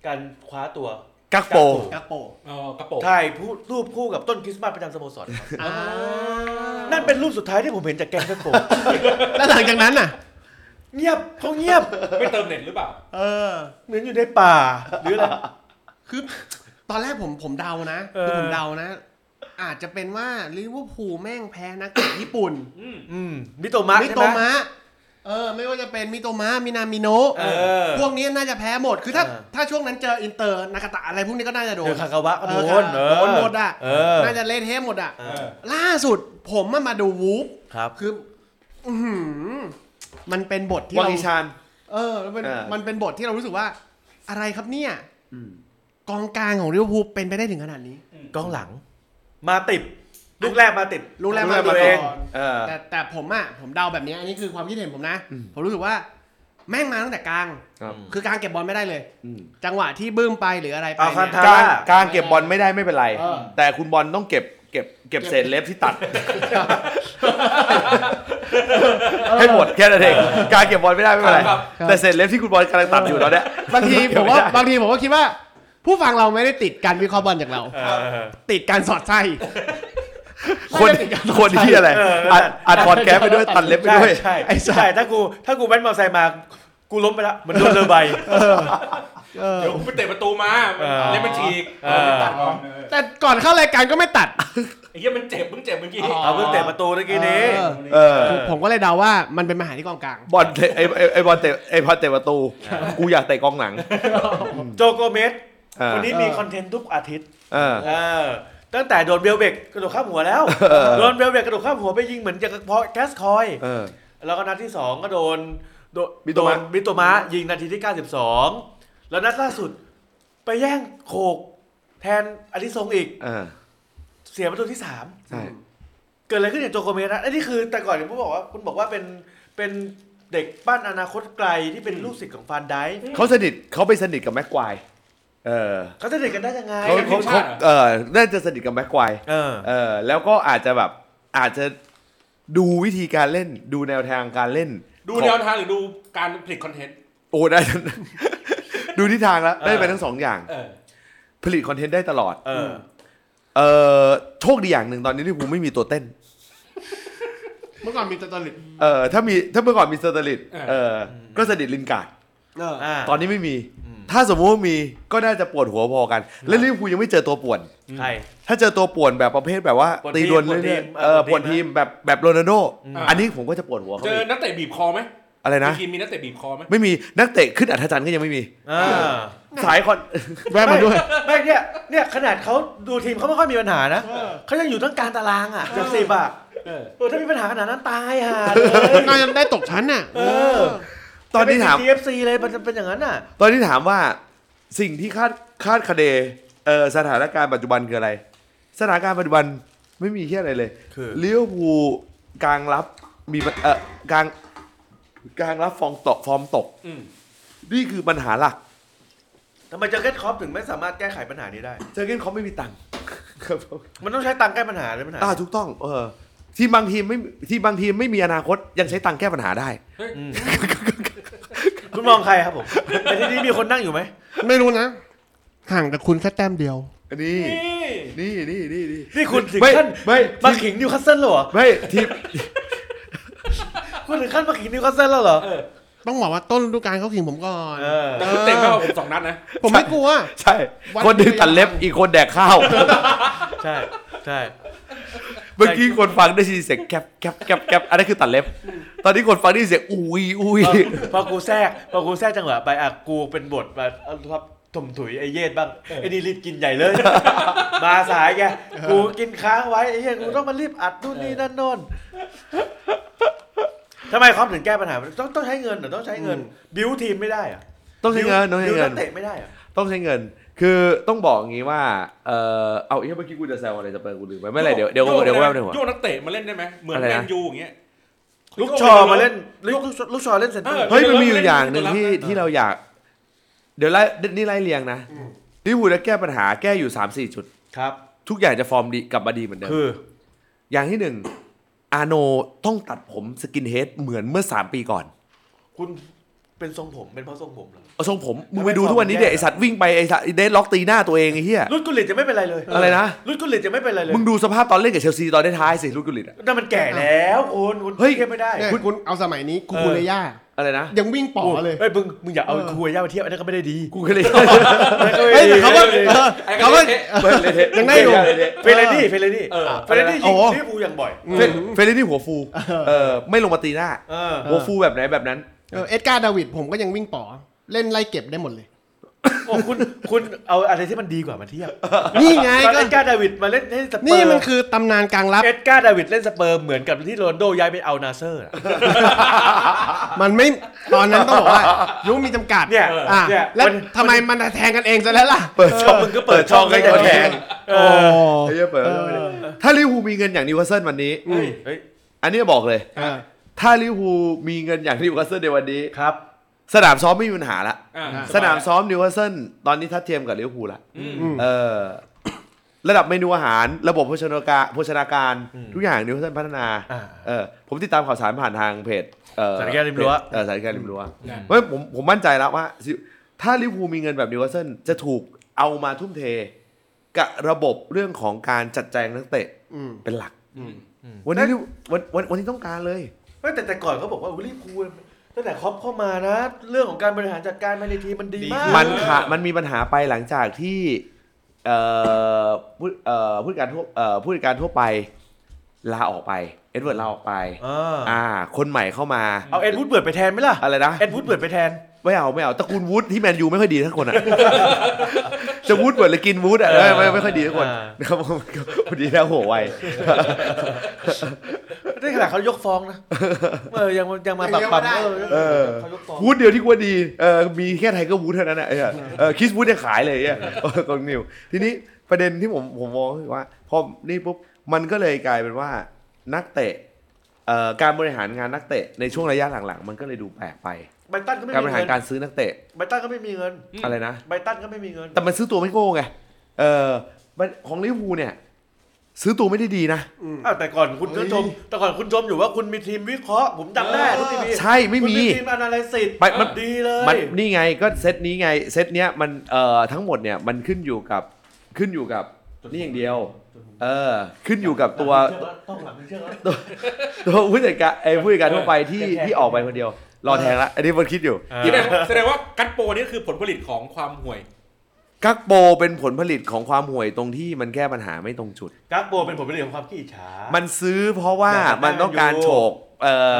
S3: การคว้าตัว
S2: กักโป
S4: กระโปรง
S1: เออกระโปรง
S3: ถ่ายผู้รูปคู่กับต้นคริสต์มาสประจำสโมสรครับ
S4: อ่า
S3: นั่นเป็นรูปสุดท้ายที่ผมเห็นจากแกงแฟร์โฟร์
S4: แล้วหลังจากนั้นน่ะ
S3: เงียบเขาเงียบ
S1: ไม่เติมเน็ตหรือเปล่า
S4: เออ
S3: เห *laughs* มือนอยู่ในป่าหรืออะไร
S4: คือตอนแรกผมผมเดานะ
S3: เออ
S4: คือผมเดานะ อาจจะเป็นว่าลิเวอร์พูลแม่งแพ้นักเตะญี่ปุ่น
S1: อืม
S3: อืมมิโตมะ
S4: มิ
S3: ใช่
S4: โต
S3: ไหม
S4: มะ เออ ไม่ว่าจะเป็นมิโตมะ มินามิโน
S3: เอะ อ
S4: พวกนี้น่าจะแพ้หมด คือถ้า
S3: เออ
S4: ถ้าช่วงนั้นเจออินเตอร์นากาตะอะไรพวกนี้ก็น่าจะโด
S3: เดือน คากาวะก็โดน
S4: เอ
S3: เอ
S4: อ
S3: อ
S4: โดนหมดอะ
S3: เออ
S4: น่าจะเละเทะหมดอ่ะ
S3: เอ
S1: เอ
S3: อ
S1: อ
S4: ล่าสุดผมมามาดูวูฟ
S3: ครับ
S4: คือ อื้อหือมันเป็นบทที่
S2: วัง
S4: เรา
S2: อีชาน
S4: เออแล้วมัน
S2: อ่ามั
S4: มันเป็นบทที่เรารู้สึกว่า อะไรครับเนี่ยกองกลางของลิเวอร์พูลเป็นไปได้ถึงขนาดนี้
S3: กองหลัง มาติด ลูกแรกมาติด
S4: รู้แล้ว
S2: รู้
S4: มา
S2: แล้ว
S4: ตัว
S2: มา
S4: เอ
S2: เอง งเออ
S4: แต่แต่ผมอ่ะผมเดาแบบนี้อันนี้คือความคิดเห็นผมนะ ผมรู้สึกว่า แม่งมาตั้งแต่กลาง
S2: ครับ
S4: คือกลางเก็บบอลไม่ได้เลย
S2: อืม
S4: จังหวะที่บื้มไปหรืออะไรไป
S3: เอาคัน
S4: เนี่ย
S2: ก
S3: ทา
S2: ลางกลางเก็บบอลไม่ได้ไม่เป็นไร
S4: เออ
S2: แต่คุณบอลต้องเก็บเก็บเก็บเศษเล็บที่ตัด ให้หมดแค่นั้นเองกลารเก็บบอลไม่ได้ไม่เป็นไร
S1: ครับ
S2: แต่เศษเล็บที่คุณบอลกำลังตัดอยู่ตอนเนี้ย
S4: บางที
S2: เก็
S4: ผมว่า
S2: ไได้
S4: บางทีผมก็คิดว่า ผู้ฟังเราไม่ได้ติดการวิเคราะห์บอลจากเรา
S3: เออ
S4: ติดการสอดไส้
S2: คน
S4: ไม่ได้ติดการสอด
S2: คน
S4: ไส้
S2: ที่อะไร
S3: เออ
S2: อัดอัดพอดแคสต์ไปด้วยตัดเล็บไป
S3: ใช่
S2: ด้วย
S3: ใช่
S4: ไอ้สัตว์
S3: ใช่ถ้ากู ถ้ากูแบนมอเตอร์ไซค์มา กูล้มไปละเหมันโดนเรือใบ
S4: เออ
S1: เดี๋ยวผมไปเตะประตูมา
S3: เออ
S1: เล่นมันฉีก
S3: เออ
S1: ตัดออก
S4: แต่ก่อนเข้ารายการก็ไม่ตัด
S1: ไอ้เหี้ยมันเจ็บมึงเจ็บเมื่อกี้
S4: อ๋อ
S3: เอาเพิ่งเตะประตูเมื่อกี้นี้
S4: เออ
S2: เออ
S4: ผมผมก็เลยเดาว่ามันเป็นปัญหาที่กองกลาง
S2: บอลเตะไอไอ้ไอบอลเตะไอบอลเตะประตู กูอยากเตะกองหลัง
S3: โจโกเมส
S2: เออ
S3: คนนี้มีคอนเทนต์ทุกอาทิตย์
S2: เออ
S3: เออตั้งแต่โดนเบลเบกกระโดดข้ามหัวแล้ว
S2: เออ
S3: โดนเบลเบกกระโดดข้ามหัวไปยิงเหมือนจะเพาะแก๊สคอย
S2: เออ
S3: แล้วก็นัดที่สองก็โดนโดน
S2: มิโตมะ
S3: โดนมิโตมะยิงนาทีที่ 92 แล้วนัดล่าสุด ไปแย่งโขกแทนอลิซงอีก
S2: เออ
S3: เสียประตูที่
S2: ใช่
S3: 3 เกิดอะไรขึ้นอย่างโจโกเมสนะไอ้นี่คือแต่ก่อนเนี่ยผมบอกว่าคุณบอกว่าเป็นเป็นเด็กปั้นอนาคตไกลที่เป็นลูกศิษย์ของฟานไดค์
S2: เขาสนิทเขาไปสนิทกับแม็กควาย เออ
S3: เขาสนิทกันได้ยังไง
S2: เขา
S1: ไอ้กับที
S2: เขา
S1: มชาติเหรอ
S2: เออน่าจะสนิทกับแม็กควาย
S3: เออ
S2: เออ แล้วก็อาจจะแบบอาจจะดูวิธีการเล่น ดูแนวทางการเล่น
S1: ดู
S2: ของ
S1: แนวทางหรือดูการผลิตคอนเทนต์
S2: โอ้ได้ *laughs* ดูทิศทางแล้ว ได้ไปทั้งสองอย่าง
S1: เออ
S2: ผลิตคอนเทนต์ได้ตลอด
S3: เออ
S2: เออโชคดีอย่างหนึ่งตอนนี้ที่ผมไม่มีตัวเต้น
S4: เมื่อก่อนมีตะตลิด
S2: เออถ้ามีถ้าเมื่อก่อนมีสเตอร์ลิต
S1: เออ
S2: เออ ก็สนิทลินการ์ด
S4: เออ
S3: อ่า
S2: ตอนนี้ไม่มี ถ้าสมมติว่ามีก็น่าจะปวดหัวพอกัน และลิเวอร์พูลยังไม่เจอตัวป่วน
S3: ใคร
S2: ถ้าเจอตัวป่วนแบบประเภทแบบว่า
S3: ป่วน
S2: ตี
S3: ทีม
S2: ดวลเรื่
S3: ป่วนที
S2: อย
S3: ม
S2: ๆเออ
S3: ป่
S2: ป่ว
S3: วน น
S2: ที
S3: ที
S2: ม
S3: ม
S2: แบบแบบโรนัลโด
S1: อ่า
S2: อันนี้ผมก็จะปวดหัวเขา
S1: เจอ
S2: อีก
S1: นักเตะบีบคอไหม
S2: อะไรนะ
S1: เมื่อกินมีนักเตะบีบคอไหม
S2: ไม่มีนักเตะขึ้นอัธจันทร์ก็ยังไม่มี
S3: อ่า
S2: สายคอน
S4: แวะมาด้วย
S3: แม่งเนี่ยเนี่ยขนาดเขาดูทีมเขาไม่ค่อยมีปัญหานะเขายังอยู่ตั้งกลารตารางอ่ะเกือบสิบอ่ะ
S1: เออ
S3: เออถ้ามีปัญหาขนาดนั้นตายห่าเลย
S4: น่าจะได้ตกชั้นน่ะ
S3: เออ
S2: ตอนนี้ถาม
S3: จะเป็ TFC เลยมันจะเป็นอย่างนั้นน่ะ
S2: ตอนนี้ถามว่าสิ่งที่คาดคาดคะเนเออสถานการณ์ปัจจุบันคืออะไร สถานการณ์ปัจจุบันไม่มีเที่อะไรเลย
S3: คือ
S2: ลิเวอร์พูลกลางรับมีปัญเออกลางกลางรับฟอร์มตกฟอร์มตก
S1: อืม
S2: นี่คือปัญหาหลัก
S3: ทำไมเจอร์เกนคล็อปถึงไม่สามารถแก้ไขปัญหานี้ได้
S2: เจอร์เกนเขาไม่มีตังค์ครับผม
S3: มันต้องใช้ตังค์แก้ปัญหาเลยปัญหา
S2: อ่าถูกต้องเออที่บางทีมไม่ที่บางทีมไม่มีอนาคตยังใช้ตังค์แก้ปัญหาได้
S3: คุณมองใครครับผมแต่ทีนี้มีคนนั่งอยู่ไหม
S4: ไม่รู้นะ ห่างแต่คุณแค่แต้มเดียว
S2: เ นี่
S1: นี่
S2: นี่นี่นี่นี่
S3: นี่คุณถึง
S2: ไม่
S3: ขั้น
S2: ไม่
S3: มาขิงนิวคาสเซิลแล้วเหรอ
S2: ไม่ทีม
S3: คุณถึงขั้นมาขิงนิวคาสเซิลแล้วเหรอ
S1: เออ
S4: ต้องบอกว่าต้นฤดูกาลเขาขิงผมก่อน
S3: เออ
S1: แต่เขาเตะมากกว่าผมสองนัดนะ
S4: ผมไม่กลัว
S2: ใช่
S4: วัด
S2: คนหนึงตัดเล็บอีกคนแดกข้าว
S3: ใช่ใช่
S2: เมื่อกี้คนฟังได้ยินเสียงแคบแคบแคบแคบอันนั้นคือตัดเล็บ ตอนนี้คนฟังได้ยินเสียงอุ้ยอุ้ย
S3: พอพอกูแทรกพอกูแทรกจังหวะไปอ่ะกูเป็นบทมาเอารับถมถุยไอ้เยศบ้างไอ้นี่รีบกินใหญ่เลย *laughs* มาสายแกกูกินค้างไว้ไอ้เหี้ยกูต้องมารีบอัดนู่นนี่นั่นโน่นทำไมคอมถึงแก้ปัญหาต้องต้องใช้เงินเหรอต้องใช้เงิน บิวทีมไม่ได้เหรอะ
S2: ต้องใช้เงินต้องใช้เงิน
S3: เตะไม่ได้เหรอะ
S2: ต้องใช้เงิน คือต้องบอกอย่างนี้ว่า เออเอาเอ้ยเมื่อกี้กูจะแซวอะไรจะเปิดกูลืมไปไม่เป็นไรเดี๋ยวเดี๋ยวเดี๋ยวแวบหนึ่งหัว
S1: โยกนักเตะมาเล่นได้ไหมเหมือน
S2: อะไร
S1: แมน
S2: นะ
S1: ยูอย่างเงี้ย
S3: ลูกชอมาเล่นลูกลูกชอเล่นเซนเตอร์
S2: เฮ้ยมันมีอ
S1: เดี๋
S2: ยู่
S1: ยวเรา
S2: อย่างหนึ่งที่
S1: เล่นตัวรับนะ
S2: ที่เราอยาก เดี๋ยวไล่นี่ไล่เรียงนะลิเวอร์พูลจะแก้ปัญหาแก้อยู่3ามสี่จุด
S3: ครับ
S2: ทุกอย่างจะฟอร์มดีกลับมาดีเหมือนเดิม
S3: คือ
S2: อย่างที่หนึ่งอาโนต้องตัดผมสกินเฮดเหมือนเมื่อ 3 ปีก่อน
S3: คุณเป็นทรงผมเป็นเพราะทรงผมเหรอ
S2: เอาทรงผมมึง
S3: ทำไม
S2: ไปดูทุกวันนี้
S3: ฟอร์ม
S2: เด็
S3: แย่
S2: กไอสัตว์วิ่งไปไอสัตว์เดนล็อกตีหน้าตัวเองไอ้เหี้ย
S3: รุ่นกุลิตจะไม่เป็นไรเลย
S2: อะไรนะ
S3: รุ่นกุลิตจะไม่เป็นไรเลย
S2: มึงดูสภาพตอนเล่นกับเชลซีตอนได้ท้ายสิลูกกุลิตอะ
S3: นั่นมันแก่แล้วคุณคุณ
S2: เฮ้ย
S3: ทีบไม่ได้
S4: เนี่ยคุณเอาสมัยนี้กูคุเลย่า
S2: อะไรนะ
S4: ยังวิ่งป่อเลย
S3: เฮ้ยมึงมึงอย่าเอา
S4: เออ
S3: ครูย่ามาเทียบอันนั้นก็ไม่ได้ดี
S2: กูก็เลย
S4: เฮ้ยแต่เขาก็
S3: เฟ
S4: เออเขาก็ ยังได้อยู่
S3: เฟรนดี้เฟรนดี้
S1: เออ
S3: เฟรนดี้
S4: โอ้
S3: ยิงลิเวอร์
S4: โห
S3: พูลอย่างบ่อย
S2: เฟรนเฟรนนี่หัวฟูเออไม่ลงมาตีหน้า
S3: เออ
S2: หัวฟูแบบไหนแบบนั้น
S4: เออเอ็ดการ์ดาวิดผมก็ยังวิ่งป่อเล่นไล่เก็บได้หมดเลย
S3: โอ้คุณคุณเอาอะไรที่มันดีกว่ามาเทียบ
S4: นี่ไง
S3: ตอน
S4: ก็
S3: เอ็ดการ์ดาวิดมาเล่นให้สเปอร์
S4: นี่มันคือตำนานกลางรับ
S3: เอ็ดการ์ดาวิดเล่นสเปอร์เหมือนกับที่โรนลโดย้ายไปเอานาเซอร์อะ
S4: มันไม่ตอนนั้นต้องบอกว่ายุคมีจำกัด
S3: เนี่ย
S4: อ่ะ
S3: เนี่ย
S4: แล้ว
S3: มัน
S4: ทำไมมันแทงกันเองซะแล้วล่ะ
S2: เปิดช่อง
S3: มึงก็เปิดช่อง
S2: ให้
S3: ให้
S2: ตัวแทน
S3: เอ
S4: โอ้
S3: อ
S2: ไอ้เหี้ยเปิดช่องให้ตัวแทนถ้าลิเวอร์พูลมีเงินอย่างนิวคาสเซิลวันนี้
S1: เฮ้ย
S3: เฮ้ย
S2: อันนี้บอกเลย
S4: เออ
S2: ถ้าลิเวอร์พูลมีเงินอย่างนิวคาสเซิลในวันนี้
S3: ครับ
S2: สนามซ้อมไม่มีปัญหาละ
S1: อ่ะ
S2: สนามซ้อมนิวคาสเซิลตอนนี้ทัดเทียมกับลิเวอร์พูลละ
S1: อืม
S2: เออ ระดับเมนูอาหารระบบโภชนาการโภชนาการ ทุกอย่างนิวคาสเซิลพัฒนา
S3: อ่า
S2: เออผมติดตามข่าวสารผ่านทางเพจเอ่อ
S3: สารแก้วริมรั้ว
S2: เออสารแก้วริมรั้ว
S1: อืม
S2: เพราะผมผมมั่นใจแล้วว่า ถ้าลิเวอร์พูลมีเงินแบบนิวคาสเซิลจะถูกเอามาทุ่มเท กับระบบเรื่องของการจัดแจงนักเตะ
S4: อืม
S2: เป็นหลัก
S1: อืม
S2: วันนี้ลิเวอร์วันวันวันนี้ต้องการเลย
S3: เฮ้ยแต่แต่ก่อนเขาบอกว่าลิเวอร์พูลตั้งแต่ครอปเข้ามานะ เรื่องของการบริหารจัดการภายในทีมมันดีมาก
S2: มันขามันมีปัญหาไปหลังจากที่เอ่อผู้เอ่อผู้จัดการทั่วเอ่อผู้จัดการทั่วไปลาออกไป เอ็ดเวิร์ดลาออกไป
S3: เออ
S2: อ่า คนใหม่เข้ามา
S3: เอาเอ็ดวูดเบิร์ดไปแทนไหมล่ะ
S2: อะไรนะ
S3: เอ็ดวูดเบิร์ดไปแทน
S2: ไม่เอาไม่เอาตระกูลวูดที่แมนยูไม่ค่อยดีทั้งคนอ่ะ *laughs* จะวูดเบิร์ดหรือกินวูดอ่ะไม่ไม่ไม่ค่อยดีทั้งคน
S3: อ่า
S2: นะครับผม *laughs* พอดีแล้วโหไว
S3: ได้ขนาดเขายกฟ้องนะเออยังยังมาปรับปรับเออ
S2: เออ
S3: เขายกฟ้อง
S2: วูดเดียวที่กูว่าดีเออมีแค่ไทเกอร์วูดเท่านั้นอ่ะไอ้เหี้ยเออคิสวูดยังขายเลยไอ้เหี้ยเออก *laughs* องนิว ทีนี้ประเด็นที่ผมผมมองก็คือว่าพอนี่ปุ๊บมันก็เลยกลายเป็นว่านักเตะเอ่อการบริหารงานนักเตะในช่วงระยะหลังๆ มันก็เลยดูแปลกไป
S3: ไบรตันก็ไม่
S2: การบ
S3: มี
S2: ริหาร
S3: เงิน
S2: การซื้อนักเตะ
S3: ไบรตันก็ไม่มีเงิน
S1: อืม
S2: อะไรนะ
S3: ไบรตันก็ไม่มีเงิน
S2: แต่มันซื้อตัวไม่โง่ไง เออมันของลิเวอร์พูลเนี่ย ซื้อตัวไม่ได้ดีนะ
S3: อ้าวแต่ก่อนคุณก็ชมแต่ก่อนคุณชมอยู่ว่าคุณมีทีมวิเคราะห์ผมจำได้
S1: เออ
S3: ทุกทีวี
S2: ใช่ไม่
S3: คุณ
S2: มี
S3: มีทีมอนาลิซิส
S2: ไปมัน
S3: ดีเลย
S2: มันนี่ไงก็เซตนี้ไง เซตเนี้ยมันเอ่อทั้งหมดเนี่ยมันขึ้นอยู่กับขึ้นอยู่กับนี่อย่างเดียว เออ ขึ้นอยู่กับตัว *laughs*
S3: ต้องหลังเชื่อแล้ว
S2: ตัวผู้จัดการไอ้ผู้จัดการทั่วไปที่ *laughs* ที่ออกไปคนเดียว รอแทงละอันนี้มันคิดอยู่
S1: แสดงว่าแสดงว่ากัตโปนี่คือผลผลิตของความห่วย
S2: กักโปเป็นผลผลิตของความห่วยตรงที่มันแก้ปัญหาไม่ตรงจุด
S3: กักโบเป็นผลผลิตของความขี้อิจฉา
S2: มันซื้อเพราะว่ามันต้องการโฉกเออ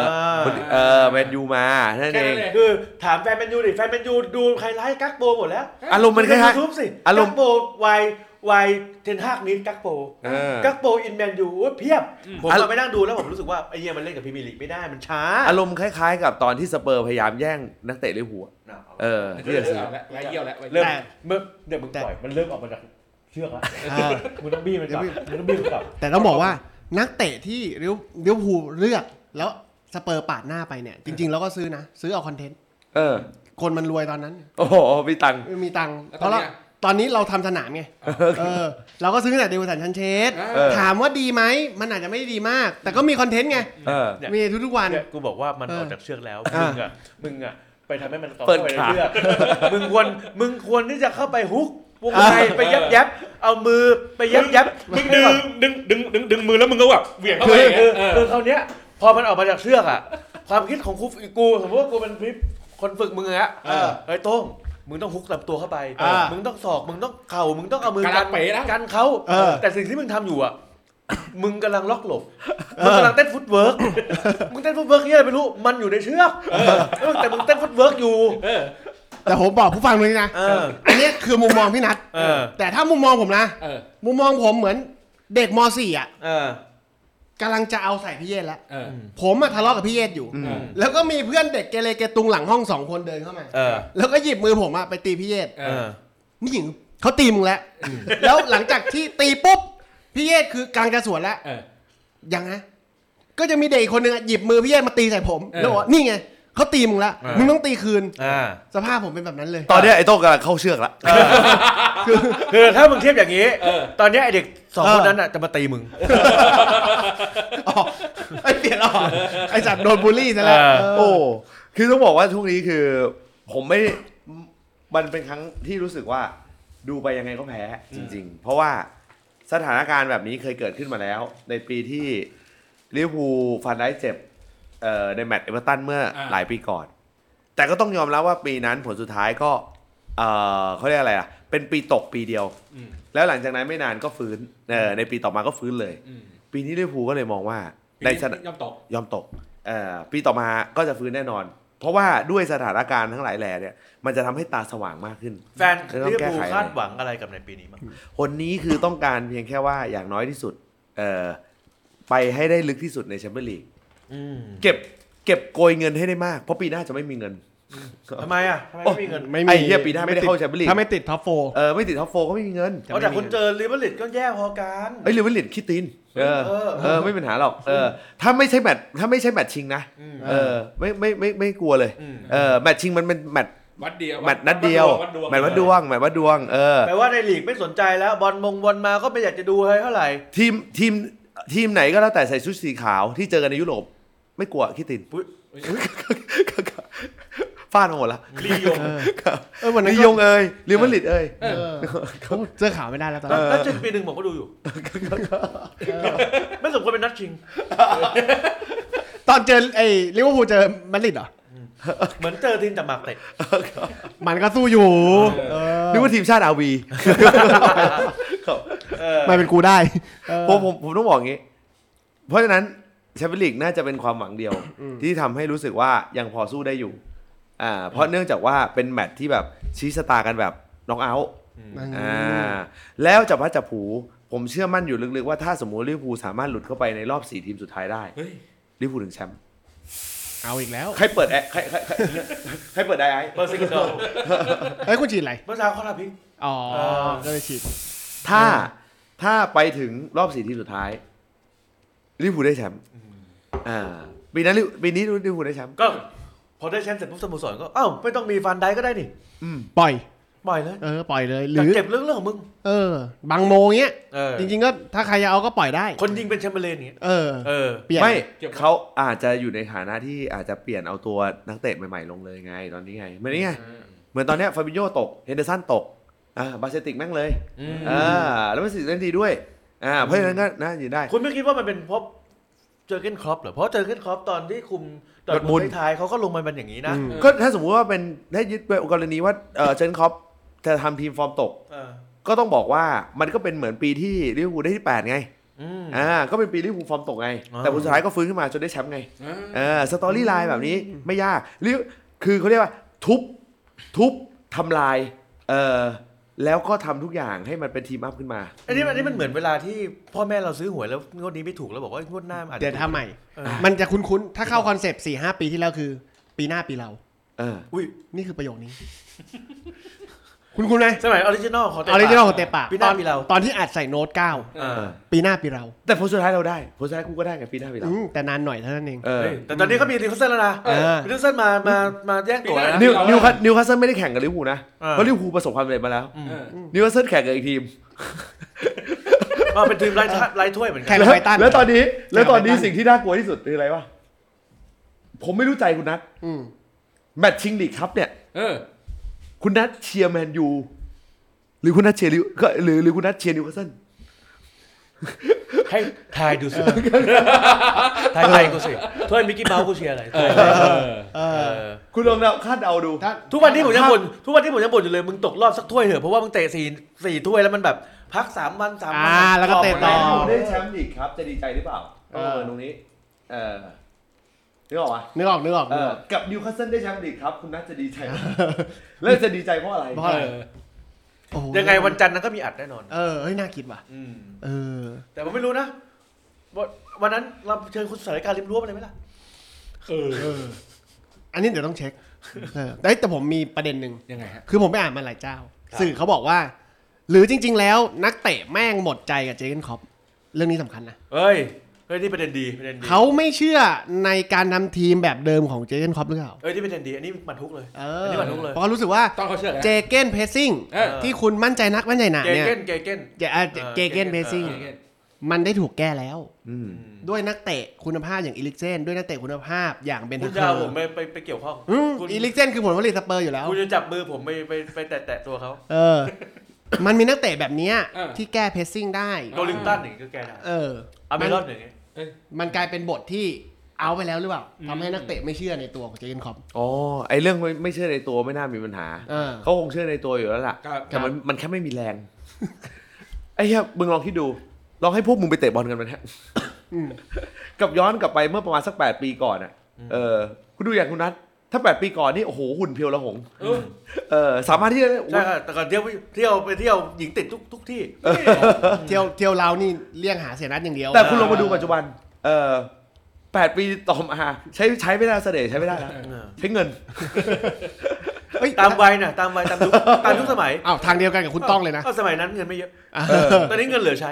S2: เออแมนยูมาเท่านั่นเอง
S3: คือถามแฟนแมนยูดิแฟนแมนยูดูใครไลฟ์กักโบหมดแล้ว
S2: อารมณ์มันคล้ายๆ
S3: ทุบสิ
S2: อารมณ์
S3: กักโบวายวายเทนฮากนี้กักโบ
S2: เออ
S3: กักโบอินแมนยูโอ้ยเพียบ ผม
S2: อาร
S3: มาไปนั่งดูแล้วผมรู้สึกว่าไอ้เหี้ยมันเล่นกับพรีเมียร์ลีกไม่ได้มันช้า
S2: อารมณ์คล้าย ๆ กับตอนที่สเปอร์พยายามแย่งนักเตะลิเวอร์พูลอะเออที่จะซื้อ
S1: เอาละไล่เยี่ยวแล้ว
S3: เริ่ม
S4: แต่
S3: เมื่อเดี๋ยวมึง
S4: แต่
S3: ปล่อยมันเริ่มออกมาจากเชือกแล้ว
S4: เออ
S3: มึงต้องบี้มันกลับ
S4: เดี๋ยวพี่
S3: มึงต้องบี้มันกลับ
S4: แต่ต้องบอกว่านักเตะที่ลิเวอร์ลิเวอร์พูลเลือกแล้วสเปอร์ปาดหน้าไปเนี่ย จริง ๆ เราก็ซื้อนะ ซื้อเอาคอนเทนต์
S2: เออ
S4: คนมันรวยตอนนั้น
S2: โอ้โหมีตังค์
S4: ไม่มีตังค์
S1: แล้ว
S4: เพ
S1: ตอนเนี้ย
S4: ราะเราตอนนี้เราทำสนามไงเออเราก็ซื้อตั้งแต่เดวิสันชันเชส
S1: เออ
S4: ถามว่าดีไหมมันอาจจะไม่ได้ดีมาก แต่ก็มีคอนเทนต์ไง
S2: เออ
S4: มีทุกๆวัน
S3: เนี่ยกูบอกว่ามัน
S4: เออ
S3: ออกจากเชือกแล้ว
S4: อ่ะ
S3: มึงอ่ะมึงอ่ะไปทำให้มัน
S2: เปิดขา
S3: ข้าไปในเชือกมึงควรมึงควรที่จะเข้าไปฮุก วงในไปยับยับเอามือไปยับยับ
S1: มึงดึงดึงดึงดึงดึงมือแล้วมึงก็แบบเหวี่ยงเข้า
S3: คื
S1: ไป
S3: อ
S1: อย่างเงี้ยเออ
S3: คือคราวเนี้ย พอมันออกมาจากเชือกอะความคิดของครูกูสมมติว่ากูเป็นพิปคนฝึกมึงอะ
S1: เออ
S3: เฮ้ยโต้งมึงต้องฮุกลำตัวเข้าไป
S4: อ่ามึ
S3: มึงต้องศอกมึงต้องเข่ามึงต้องเอามือ
S1: การันเป๋นะ
S3: กันเขา
S4: เออ
S3: แต่สิ่งที่มึงทำอยู่อะ *coughs* มึงกำลังล็อกหลบ มึงกำลังเต้นฟุตเวิร์ก *coughs* มึงเต้นฟุตเวิร์กเหียอะไรไม่รู้ มันอยู่ในเชือกเออแต่มึงเต้นฟุตเวิร์กอยู่
S1: เออ
S4: แต่ผมบอกผู้ฟังเลยนะ
S3: เออ
S4: อันนี้คือมุมมองพี่นัท
S3: เออ
S4: แต่ถ้ามุมมองผมนะ
S1: เออ
S4: มุมมองผมเหมือนเด็กม .4 อ่ะ
S3: เออก
S4: ำลังจะเอาใส่พี่เยศแล้ว
S1: เออ
S4: ผมอะทะเลาะกับพี่เยศอยู่
S2: อืม
S4: แล้วก็มีเพื่อนเด็กเกเรเกตุงหลังห้องสองคนเดินเข้ามา
S3: เออ
S4: แล้วก็หยิบมือผมอะไปตีพี่เยศ
S1: เอ
S3: เอ
S1: อ
S3: อ
S4: นี่หญิงเขาตีมึงแล้ว แล้วหลังจากที่ตีปุ๊บ พี่เยศคือกำลางจะสวนแล้ว
S1: เออ
S4: ยังนะก็จะมีเด็กอีกคนนึงอะหยิบมือพี่เยศมาตีใส่ผม
S1: เออ
S4: แล้วบอกว่านี่ไงเขาตีมึงแล้ว
S3: เออ
S4: มึงต้องตีคืน
S3: อ่า
S4: สภาพผมเป็นแบบนั้นเลย
S2: ตอนเนี้ยไอ้โต้งกำลังเข้าเชือกละ
S3: คือถ้ามึงเทียบอย่างนี้
S1: เออ
S3: ตอนเนี้ยไอเด็กสอง
S4: เออ
S3: คนนั้นอ่ะจะมาตีมึง
S4: อ๋อไอ้เปลี่ยนแล้วเหรอไอ้สัตว์โดนบูลลี่ซะแล้ว
S3: เออ
S4: เออ
S2: โอ้ คือต้องบอกว่าช่วงนี้คือ ผมไม่ มันเป็นครั้งที่รู้สึกว่า ดูไปยังไงก็แพ้จริง ๆ เพราะว่าสถานการณ์แบบนี้เคยเกิดขึ้นมาแล้ว ในปีที่ลิเวอร์พูลฟันได้เจ็บเอ่อในแมตช์เอเวอร์ตันเมื่อ
S1: อ่า
S2: หลายปีก่อน แต่ก็ต้องยอมรับว่าปีนั้นผลสุดท้ายก็ เอ่อเขาเรียกอะไรอ่ะ เป็นปีตกปีเดียว
S1: อืม
S2: แล้วหลังจากนั้นไม่นานก็ฟื้นเออในปีต่อมาก็ฟื้นเลย
S1: อืม
S2: ปีนี้ลิเวอร์พูลก็เลยมองว่าในสนาม
S1: ย่อมตก
S2: ยอมตกเอ่อปีต่อมาก็จะฟื้นแน่นอน เพราะว่าด้วยสถานการณ์ทั้งหลายแหล่เนี่ย มันจะทำให้ตาสว่างมากขึ้น
S3: แฟน
S2: เออต้อ
S3: ลิ
S2: งแก้
S3: เวอร์พู
S2: ไข
S3: ลคาดหวังอะไรกับในปีนี้มั้ง
S2: คนนี้คือต้องการเพียงแค่ว่าอย่างน้อยที่สุดเอ่อไปให้ได้ลึกที่สุดในแชมเปี้ยนลีก
S3: อืม
S2: เก็บเก็บโกยเงินให้ได้มาก เพราะปีหน้าจะไม่มีเงิน
S3: ทำไมอ่ะทำไมไม่มีเงิน
S4: ไม่มี
S2: ไอ้เหี้ยปีหน้าไม่ได้เข้า Champions League
S4: ถ้าไม่ติดท็อปโฟร์
S2: เออไม่ติดท็อปโฟก็ไม่มีเงิน
S3: เอาแต่คุณเจอลิเวอร์พูลก็แย่พอกัน
S2: เอ้ยหรือว่าเหรียญคิดตีนเออ
S3: เออ
S2: เออไม่เป็นปัญหาหรอกเออถ้าไม่ใช่แมตช์ถ้าไม่ใช่แมตช์ชิงนะ
S3: ม
S2: เออไม่ไม่ไม่ไม่กลัวเลย
S3: ม
S2: เออแมตช์ชิงมันเป็นแมตช์
S1: วัดเดียว
S2: แมตช์นัดเดียว
S1: วัดดวง
S2: แมตช์วัดดวงแมตช์วัดดวงเออ
S3: แปลว่าในลีกไม่สนใจแล้ว บอลมงบอลมาก็ไม่อยากจะดูเลยเท่าไหร่
S2: ทีมทีมทีมไหนก็แล้วแต่ใส่ชุดสีขาวที่เจอกันในยุโรป ไม่กลัวคิดติน
S3: อุ๊ย
S2: *laughs* ฟาดมาหมดแล้ว
S1: ลียง
S2: ครับ
S4: เออวันนั้น
S2: ลี
S4: ก็
S2: ยงเอ้ยเรียวมาดริดเอ้ย
S4: เออเสื้อขาวไม่ได้แล้วตอน
S3: แล้ว
S4: นั้น
S3: แล้วจนปีหนึ่งผมก็ดูอยู่ ไม่สมควรเป็นนัดชิง
S4: ตอนเจอไอ้ลิเวอร์พูลเจอมาดริดเหรอ
S3: เหมือนเจอทีมแต่หมากเตะ
S4: มันก็สู้อยู่
S1: เอ
S2: นึกว่าทีมชาติอาวี
S3: เออ
S4: ไม่เป็นกูได้เออ
S2: ผมผมผมต้องบอกอย่างงี้ เพราะฉะนั้นแชมเปี้ยนลีกน่าจะเป็นความหวังเดียว ที่ทำให้รู้สึกว่ายังพอสู้ได้อยู่ อ่า เพราะเนื่องจากว่าเป็นแมตช์ที่แบบชี้ชะตากันแบบน็อกเอาท์ อ่าแล้วจับพลัดจับผลูผมเชื่อมั่นอยู่ลึกๆว่าถ้าสมมติลิเวอร์พูลสามารถหลุดเข้าไปในรอบสี่ทีมสุดท้ายได้
S1: เฮ้ย
S2: ลิเวอร์พูลถึงแชมป์
S4: เอาอีกแล้ว
S2: ใครเปิดแอร์ใครใครใครใครเปิดไดไอซ์
S3: เบอร์ซิกโดอล
S4: เอ้ยคุณฉีดอะไร
S3: เมื่อเช้าเขาทำพริก
S4: อ๋อ
S3: เออ
S4: ก็เลยฉีด
S2: ถ้าถ้าไปถึงรอบสี่ทีมสุดท้ายลิเวอร์พูลได้แชมป์อ่าปีนั้นลิเวอร์ปีนี้ลิเวอร์พูลได้แชมป์
S3: ก็พอได้แชมป์เสร็จปุ๊บสโมสรก็ เอ้าไม่ต้องมีฟันไดก็ได้นี่
S4: ปล่อย
S3: ปล่อยเลย
S4: เออ ปล่อยเลย ห
S3: จา
S4: รื
S3: ก
S4: อ
S3: เก็บเรื่องเรื่องของมึง
S4: เออ บางโมงเงี้ย
S3: เออ
S4: จริงๆก็ถ้าใครจะเอาก็ปล่อยได้
S3: คนยิงเป็นแชมเบอร์เลนอย่างเงี้ย
S4: เออ
S3: เออ
S4: เปลี่ยน
S2: ไม่
S1: เก็บ
S2: เขาอาจจะอยู่ในฐานะที่อาจจะเปลี่ยนเอาตัวนักเตะใหม่ๆลงเลยไง ตอนนี้ไงเหมือนนี่ไงเหมือนตอนเนี้ยฟาบิโญตกเฮนเดอร์สันตกอ่าบาเซติกแม่งเลย
S3: อืม
S2: อ่าแล้วบาเซติกเล่นดีด้วยอ่าเพราะฉะนั้นก็น่าอยู่ได้
S3: คุณไม่คิดว่ามันเป็นเพราะเจอร์เกนครอปเหรอ เพราะเจอร์เกนครอปตอนที่คุมดอดมุน
S2: Dortmund
S3: ไทายๆเขาก็ลงมาเป็นอย่างนี้นะ
S2: อืมก็ถ้าสมมุติว่าเป็นถ้ายึดไปกรณีว่าเออเจนคอปจะทำทีมฟอร์มตก
S3: เออ
S2: ก็ต้องบอกว่ามันก็เป็นเหมือนปีที่ลิเวอร์พูลได้ที่ 8 ไง
S3: อืม
S2: อ่าก็เป็นปีลิเวอร์พูลฟอร์มตกไง
S3: อ่า
S2: แต่ผลสุดท้ายก็ฟื้นขึ้นมาจนได้แชมป์ไง
S1: อ่า
S2: เออสตอรี่ไลน์แบบนี้ไม่ยากลิเวอร์คือเขาเรียกว่าทุบทุบทำลายเออแล้วก็ทำทุกอย่างให้มันเป็นทีมอัพขึ้นมา
S3: อันนี้อันนี้มันเหมือนเวลาที่พ่อแม่เราซื้อหวยแล้วงวดนี้ไม่ถูกแล้วบอกว่างวดหน้ามันอาจจะ
S4: เดี๋ยว
S3: ถูก
S4: ทำใหม่
S3: เออ
S4: มันจะคุ้นๆ ถ้าเข้าคอนเซปต์สี่ห้าปีที่แล้วคือ ปีหน้าปีเรา
S2: เออ
S3: อุ้ย
S4: นี่คือประโย
S3: *laughs*
S4: คนี้ คุ้นๆไหม
S3: สมัยออริจินอลของ
S4: อ
S3: เตะ
S4: อริจินอลของ
S3: ปาก
S4: เตะปาก
S3: ปีหน้าปีเรา
S4: ตอนที่อัดใส่โน้ตเก้า
S1: เอ
S3: เอ
S1: อ
S3: อ
S4: ปีหน้าปีเรา
S2: แต่ผลสุดท้ายเราได้ผลสุดท้ายกูก็ได้ไงปีหน้าปีหลัง
S4: อืมแต่นานหน่อยเท่านั้นเอง
S2: เออ
S3: เฮ้ยแต่ตอนนี้ก็มีลิเวอร์พูลแล้วนะ
S4: เออ
S3: ลิเวอร์พูลมามามาแย่งตัวแล้วนะ
S2: นิวนิวคัสนิวคาสเซิลไม่ได้แข่งกับลิเวอร์พูลนะ
S3: อ่า
S2: เพราะลิเวอร์พูลประสบความสำเร็จมาแล้ว
S1: เออ
S2: นิวคาสเซิลแข่งกับอีกทีม
S3: มาเป็นทีมไร้ท่าไร้ถ้วยเหมือนกั
S4: แข่
S3: น
S4: งกับไบรตัน
S2: แล้วตอนนี้แล้วตอนนี้
S4: แข่งกับไบรตัน
S2: สิ่งที่น่ากลัวที่สุดคืออะไรวะผมไม่รู้ใจคุณนัท
S4: อืม
S2: แมตช์ชิงลีกครับเนี่ย
S1: เออ
S2: คุณนัทเชียร์แมนยู หรือคุณนัทเชียร์ลิวก็หรือหรือคุณนัทเชียร์นิวคาสเซิล
S3: ให้ทายดูสิทายไปกูสิถ้วยมิกกี้เมาส์กูเชียร์อะไร
S4: เอ
S3: เอ
S4: อ
S3: อ
S2: คุณลองเดาคาดเดาดู
S4: ถ้า
S3: ทุกวันที่ผมยังบ่นทุกวันที่ผมยังบ่นอยู่เลย มึงตกรอบสักถ้วยเถอะ เพราะว่ามึงเตะสี่สี่ถ้วยแล้วมันแบบ พักสามวันสามวั
S4: อ่าแล้วก็เตะ
S2: แม
S4: ต่อ
S2: นยูได้แชมป์ลีกครับ จะดีใจหรือเปล่า
S4: เอ
S2: เอ
S4: อ
S2: อตรงนี้ เออนึกออกปะ
S4: นึกออกนึกออก
S2: เอ
S4: นึก
S2: อ
S4: ออก
S2: กับนิวคาสเซิลได้แชมป์ลีกครับ คุณนัทจะดีใจไหมแล้วจะดีใจเพราะอะไร
S4: เพราะ โอ้โห
S3: ยังไงวันจันทร์นั้นก็มีอัดแน่นอน
S4: เออเฮ้ยน่าคิดว่ะ
S1: อืม
S4: เออ
S3: แต่ผมไม่รู้นะว่าวันนั้นเราเชิญคุณสารการริมรั้วมาเลยไหมล่ะ
S1: เออ
S4: อันนี้เดี๋ยวต้องเช็คเออแต่แต่ผมมีประเด็นหนึ่ง
S1: ยังไงฮะ
S4: คือผมไปอ่านมาหลายเจ้า
S3: ครับ
S4: สื่อเขาบอกว่า หรือจริง ๆ แล้วนักเตะแม่งหมดใจกับเจเกนคล็อปเรื่องนี้สำคัญนะ
S3: เฮ้ยเฮ้ยนี่ประเด็นดีประเด็นดี
S4: เขาไม่เชื่อในการนำทีมแบบเดิมของเจเกนคล็อปหรือเปล่า
S3: เอ้ยนี่ประเด็นดีอันนี้มันทุกเลย
S4: เอ
S3: อัน
S4: อ
S3: นี้มันทุกเลย
S4: เพราะเขารู้สึกว่า
S1: ตอนเขาเชื่ออะไร
S4: เจเกนเพสซิ่ง
S1: เออ
S4: ที่คุณมั่นใจนักมั่นใจหนา
S3: เก
S4: เนี่ย
S3: เก้นเกเก้น
S4: เจเอ่อ
S3: เออ
S4: เจเกนเพสซิ่ง
S3: เจเก้น
S4: มันได้ถูกแก้แล้ว
S2: อืม
S4: ด้วยนักเตะคุณภาพอย่างอิลิกเซนด้วยนักเตะคุณภาพอย่างเบน
S3: คุ
S4: ทั
S3: ณ
S4: ก
S3: จะ
S4: เกอ
S3: เอาผม
S4: ร์
S3: ไปไปไปเกี่ยวข้อง
S4: อืม
S3: คุณ
S4: อิลิกเซนคือผลผลิตสเปอร์อยู่แล้ว
S3: คุณจะจับมือผมไปไปไปแตะแตะตัวเขา
S4: เออ มันมีนักเตะแบบเนี้ย
S1: เออ
S4: ที่แก้เพสซิ่งได้
S3: โดลิงตันหนึ่างก็แกได้
S4: เออ
S3: เอาไปรอดหนึ่งไง
S4: มันกลายเป็นบทที่เอาไปแล้วหรือเปล่าทำให้นักเตะไม่เชื่อในตัวของเจเกนคอป
S2: อ๋อ ไอเรื่องไม่ไม่เชื่อในตัวไม่น่ามีปัญหา
S4: เออ
S2: เขาคงเชื่อในตัวอยู่แล้วล่ะ
S1: ครับ
S2: แต่มันมันแค่ไม่มีแรง *laughs* ไอ้เหี้ยมึงลองคิดดู ลองให้พวกมึงไปเตะบอลกันมันฮะกับย้อนกลับไปเมื่อประมาณสักแปดปีก่อนอ่ะ เออ คุณดูอย่างคุณนัท ถ้าแปดปีก่อนนี่โอ้โหหุ่นเพียวละหง
S1: เออ
S2: เออ สามารถที่จะ
S3: ใช่ค่ะแต่ก่อนเที่ยวเที่ยวไปเที่ยวหญิงติดทุกทุกที่
S4: เที่ยวเที่ยวเรานี่เลี่ยงหาเสียนัดอย่างเดียว
S2: แต่คุณลองมาดูปัจจุบัน เออแปดปีต่อมาใช้ใช้ไม่ได้เสน่ห์ใช้ไม่ได้นะใช้เงิน
S4: เอ้ย
S3: ตามวัยน่ะตามวัยตาม
S4: *laughs*
S3: ยุค ตามยุคสมัย
S4: อ้าวทางเดียวกันกับคุณต้องเลยนะ
S3: สมัยนั้นเงินไม่เยอะ
S2: เออ
S3: ตอนนี้เงินเหลือใช้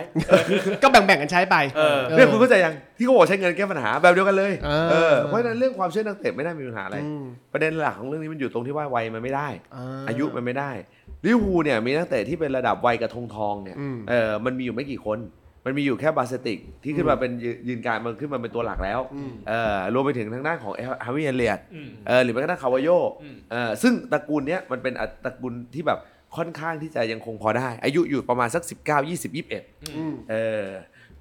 S4: ก็แบ่งๆกันใช้ไป
S3: เออ
S2: เนี่ยคุณเข้าใจยังที่เขาบอกใช้เงินแก้ปัญหาแบบเดียวกันเลย
S4: เออ
S2: เออเพราะฉะนั้นเรื่องความเชื่อนักเตะไม่น่ามีปัญหาอะไร
S4: ม
S2: ประเด็นหลักของเรื่องนี้มันอยู่ตรงที่ว่าวัยมันไม่ได้
S4: อ่
S2: อายุมันไม่ได้ลิเวอร์พูลเนี่ยมีนักเตะที่เป็นระดับวัยกระทงทองเนี่ย
S4: อืม
S2: เออมันมีอยู่ไม่กี่คน มันมีอยู่แค่บาสติกที่ขึ้นมาเป็นยืยืนการมันขึ้นมาเป็นตัวหลักแล้ว
S4: อืม
S2: เออรวมไปถึงทางด้านของฮาวิเอเลียด
S1: อืม
S2: เออหรือแม้กระทั่งคาวาโย
S1: อืม
S2: เออซึ่งตระกูลเนี้ยมันเป็นอ่ะตระกูลที่แบบค่อนข้างที่จะยังคงพอได้ อายุอยู่ประมาณสัก 19 20 21
S4: อืม
S2: เออ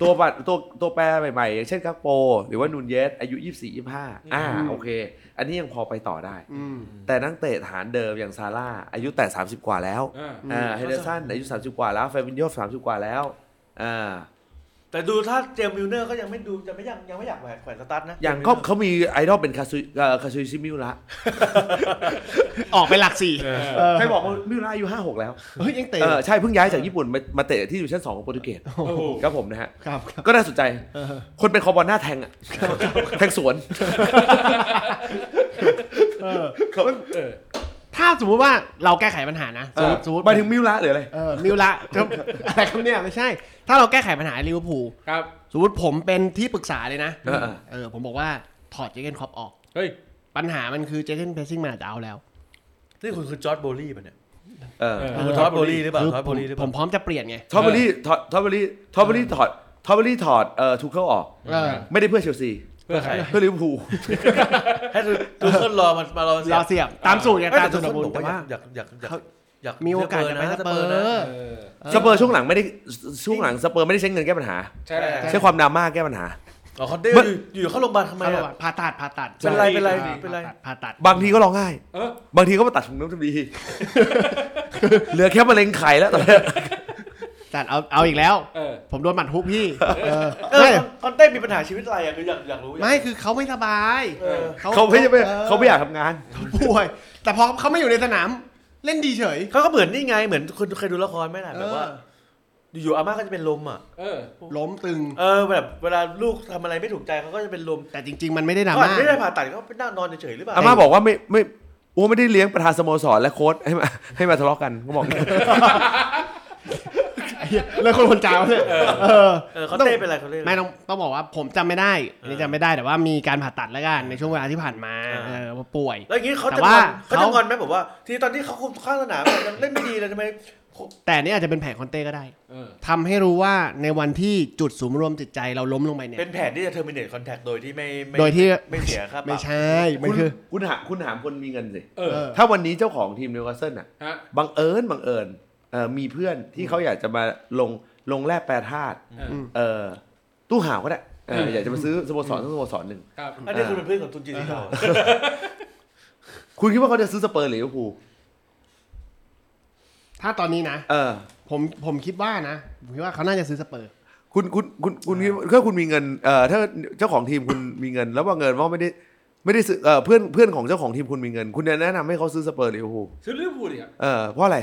S2: ตัวบัตรตัวตัวแปรใหม่ๆ อย่างเช่นกักโป หรือว่านูนเยส อายุ 24 25 อ่าโอเค อันนี้ยังพอไปต่อได้
S4: อืม
S2: แต่นักเตะฐานเดิมอย่างซาร่าอายุแต่ 30 กว่าแล้ว
S1: อ่า
S2: อ่าเฮเดอร์สันอายุ 30 กว่าแล้วเฟรมินโย30 กว่าแล้วอ่า
S3: แต่ดูถ้าเจมส์มิลเนอร์ก็ยังไม่ดูจะไม่ยังยังไม่อยากแขวนแขวนสตาร์ทนะ
S2: อย่างเขาเขามีไอดอลเป็นคาซูเอ่อคาซูชิมิวระ
S4: ออกไปหลักสี่เออ
S2: ใครบอกว่ามิวระอายุ 56 แล้ว
S4: เฮ้ยยังเตะ
S2: เออใช่เพิ่งย้ายจากญี่ปุ่นมามาเตะที่ดิวิชั่น2ของโปรตุเกส
S1: โอ้โห
S2: ครับผมนะฮะ
S4: ครับครับ
S2: ก็น่าสนใจ
S4: เออ
S2: คนเป็นคอบอลหน้าแทงอะแทงสวน
S4: เออ
S1: เออ
S4: ถ้าสมมุติว่าเราแก้ไขปัญหานะสมมติสมมติ
S2: ไปถึงมิวระหรืออะไร
S4: เออมิวละครับ *laughs* อะไรครับเนี่ยไม่ใช่ ถ้าเราแก้ไขปัญหาลิเวอร์พูล
S1: ครับ
S4: สมมติผมเป็นที่ปรึกษาเลยนะ
S2: เออเออ
S4: เออผมบอกว่าถอดเจเกนคอปออก
S1: เฮ้ย
S4: ปัญหามันคือเจเกนเพสซิ่งมันอาจจะเอาแล้ว
S3: นี่คุณคือจอร์ดโบลี่ป่ะเนี่ย
S2: เออ
S1: เออ
S3: คุณจอร์ดโบลี่หรือเปล่า
S4: คื
S3: จอร์ดโบลี่หรือเป
S4: ผ
S3: ล่าม
S4: พร้อมจะเปลี่ยนไง
S2: ทอมเบอรี่ถอดทอมเบอรี่ทอมเบอรี่ถอดทอมเบอรี่ถอดเอ่อทูเคิลออก
S4: เออ
S2: ไม่ได้เพื่อเชลซี
S1: เพื่อใคร
S2: เพื่อลิเวอร์พูล
S3: ให้ดูดูเพื่อนรอมันมารอมัน
S4: รอเสียบตามสูตรไง
S3: เอ้ย
S4: ตาม
S3: แต่
S4: สูตรของ
S3: เพื่อนบอก
S4: คุแต่
S3: ว่า
S4: ว่า
S3: อยากอยากอยากอยากอยาก
S4: มีโอกาสจะไปสเปอร์
S1: เออ
S2: สเปอร์ช่วงหลังไม่ได้ช่วงหลังสเปอร์ไม่ได้ใช้เงินแก้ปัญหา
S1: ใช่แล้ว
S2: ใช้ความดราม่าแก้ปัญหา
S3: อ๋อคอนเต้
S2: มัน
S3: อยู่อยู่เข้าโรงพยาบาลทำไม
S4: เขาบอก
S3: อะ
S4: ว่าผ่าตัดผ่าตัด
S3: เป็นไรเป็นไร
S4: ผ่าตัด
S3: เป็นไร
S4: ผ่าตัด
S2: บางทีก็ร้องไห้
S1: เออบ
S2: างทีก็มาตัดถุงน้ำดี *laughs* เหลือแค่มะเร็งไข่แล้วตอนเนี้ย
S4: ตัดเอาเอาอีกแล้ว
S1: เออ
S4: ผมโดนหมัดฮุกพี่เออ
S3: เออ
S4: ไม่
S3: คอนเต้มีปัญหาชีวิตอะไรอะคืออยากอยากรู้อยาก
S4: ไม่คือเขาไม่สบาย
S3: เออ
S2: เขาไม่ไม่
S4: เออ
S2: เขาไม่อยากทำงาน
S4: เขาป่วย แต่พอเขาไม่อยู่ในสนาม เล่นดีเฉย
S3: เขาก็เหมือนนี่ไงเหมือนคุณเคยดูละครไหมล่ะแบบว่า
S4: เออ
S3: อยู่ๆอาม่าก็จะเป็นลมอ่ะ
S1: เออ
S4: ล้มตึง
S3: เออแบบเวลาลูกทำอะไรไม่ถูกใจเขาก็จะเป็นลม
S4: แต่จริง ๆ มันไม่ได้ดรา
S3: เขาอาจ
S4: ม่า
S3: จะไม่ได้ผ่าตัดเขาไปนั่งนอนเฉยๆหรือเปล่า
S2: อาม่าบอกว่าไม่ไม่โอ้ไม่ได้เลี้ยงประธานสโมสรและโค้ชให้มาให้มาทะเลาะกันเขาบอกอย่างนี้
S4: แล้วคนคนจ้าวเนี่ยเออ
S3: เออเขาเต้เป็นอะไรเขาเต้เป็นอะ
S4: ไม่
S3: ไร
S4: ต้องต้องบอกว่าผมจำไม่ได้อันนี้จำไม่ได้แต่ว่ามีการผ่าตัดแล้วกันในช่วงเวลาที่ผ่านมา
S3: อ่า
S4: เออว่าป่วย
S3: แล้วอย่างนี้เขา
S4: แต่
S3: จะง
S4: ว่า
S3: อนเขาจะ
S4: เขา
S3: งอนไหมบอกว่าที่ตอนที่เขาคุมข้างสนามยังเล่นไม่ดีเลยทำไม
S4: แต่อันนี่อาจจะเป็นแผนคอนเต้ก็ได้
S1: เออ
S4: ทำให้รู้ว่าในวันที่จุดศูนย์รวมจิตใจเราล้มลงไปเนี่ย
S3: เป็นแผนที่จะเทอร์มินเ c ทคอนแทคโดยที่ไม่ไม่
S4: โดยที่
S3: ไม่เสียครับ
S4: ไม่ใช่มันคือ
S2: คุณหาคุณหามคนมีเงินสิ
S1: เออ
S4: เออ
S2: ถ้าวันนี้เจ้าของทีมนิวคาสเซิลอ่ะ
S1: ฮะ
S2: บังเอิญบังเอิญ เอ่อมีเพื่อนที่เขาอยากจะมาลงลงแร่แปรธาตุ
S4: อืม
S2: เอ่อตู้ห่าวก็ได้เอ่ออยากจะมาซื้อสโมสรสักสโมสรหนึ่ง
S1: ครับ
S3: อันนี้คุณเป็นเพื่อนของตุนจีนที่เรา
S2: คุณคิดว่าเขาจะซื้อสเปอร์หรือลิเวอร์พูล
S4: ถ้าตอนนี้นะ
S2: เออ
S4: ผมผมคิดว่านะ ผมคิดว่าเขาน่าจะซื้อสเปอร์
S2: คุณคุณคุณคุณคิดว่าถ้าคุณมีเงินเอ่อถ้าเจ้าของทีมคุณมีเงิน แล้วว่าเงินว่าไม่ได้ไม่ได้ซื้อเอ่อเพื่อนเพื่อนของเจ้าของทีมคุณมีเงิน คุณจะแนะนำให้เขาซื้อสเปอร์หรือลิเวอร์พูล
S1: ซื้อลิเวอร์พูลดิครับ
S2: เออเพราะอะไร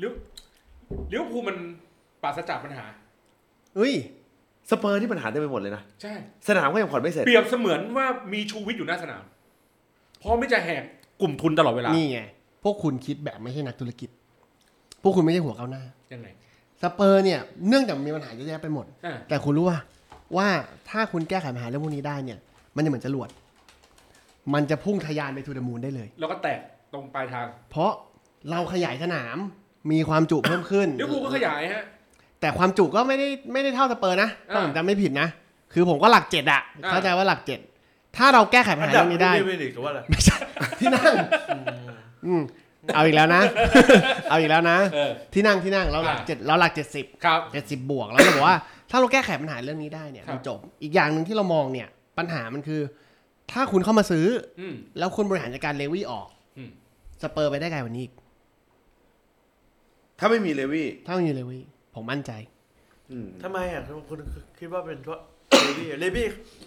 S1: ลิเวอร์ลิเวอร์พูลมันปราศจากปัญหา
S4: เอ้ย
S2: สเปอร์ที่ปัญหาเต็มไปหมดเลยนะ
S1: ใช่
S2: สนามก็ยังผ่อนไม่เสร็จ
S1: เปรียบเสมือนว่ามีชูวิทย์อยู่หน้าสนามพร้อมที่จะแหกกลุ่มทุนตลอดเวลาน
S4: นี่ไง พวกคุณคิดแบบไม่ใช่นักธุรกิจ พวกคุณไม่ใช่หัวก้าวหน้า
S1: ยังไง
S4: สเปอร์เนี่ย เนื่องจากมันมีปัญหาเยอะแยะไปหมด
S1: อ่ะ
S4: แต่คุณรู้ว่าว่าถ้าคุณแก้ไขปัญหาเรื่องพวกนี้ได้เนี่ย มันจะเหมือนจรวด มันจะพุ่งทะยานไปทูเดมูนได้เลย
S1: แล้วก็แตกตรงปลายทาง
S4: เพราะเราขยายสนาม มีความจุเพิ่มขึ้น
S1: ลิเวอร์พูลก็ขยายฮะ
S4: แต่ความจุก็ไม่ได้ไม่ได้เท่าสเปอร์นะถ้า
S1: อ่า
S4: ผมจำไม่ผิดนะ คือผมก็หลักเจ็ดอะ
S1: อ่า
S4: เข้าใจว่าหลักเจ็ดถ้าเราแก้ไขปัญ
S3: อัน
S4: หา
S3: ดับ
S4: เรื่อง
S3: นี้
S4: นี้
S3: ได้
S4: ได้
S3: ไม่ดีกับว่าอะไร
S4: ไม่ใช่ที่นั่งอืมเอาอีกแล้วนะ *laughs* เอาอีกแล้วนะ
S1: เออ
S4: ที่นั่งที่นั่งเราหลัก
S1: อ่า
S4: เจ็ดเราหลักเจ็ดสิบ
S1: ครับ
S4: เจ็ดสิบบวกแล้วเราบอกว่า ถ้าเราแก้ไขปัญหาเรื่องนี้ได้เนี่ย
S1: ครับ
S4: มันจบอีกอย่างหนึ่งที่เรามองเนี่ย ปัญหามันคือ ถ้าคุณเข้ามาซื้อ
S1: อืม
S4: แล้วคุณบริหารจัดการเลวี่ออก
S1: อืม
S4: สเปอร์ไปได้ไกลกวันนี้อีก
S2: ถ้าไม่มีเลวี่
S4: ถ้ามันมีเลวี่ผมมั่นใจ
S2: อืม
S3: ทำไมอ่ะคุณคิดว่าเป็นเพราะเลวี่เลวี่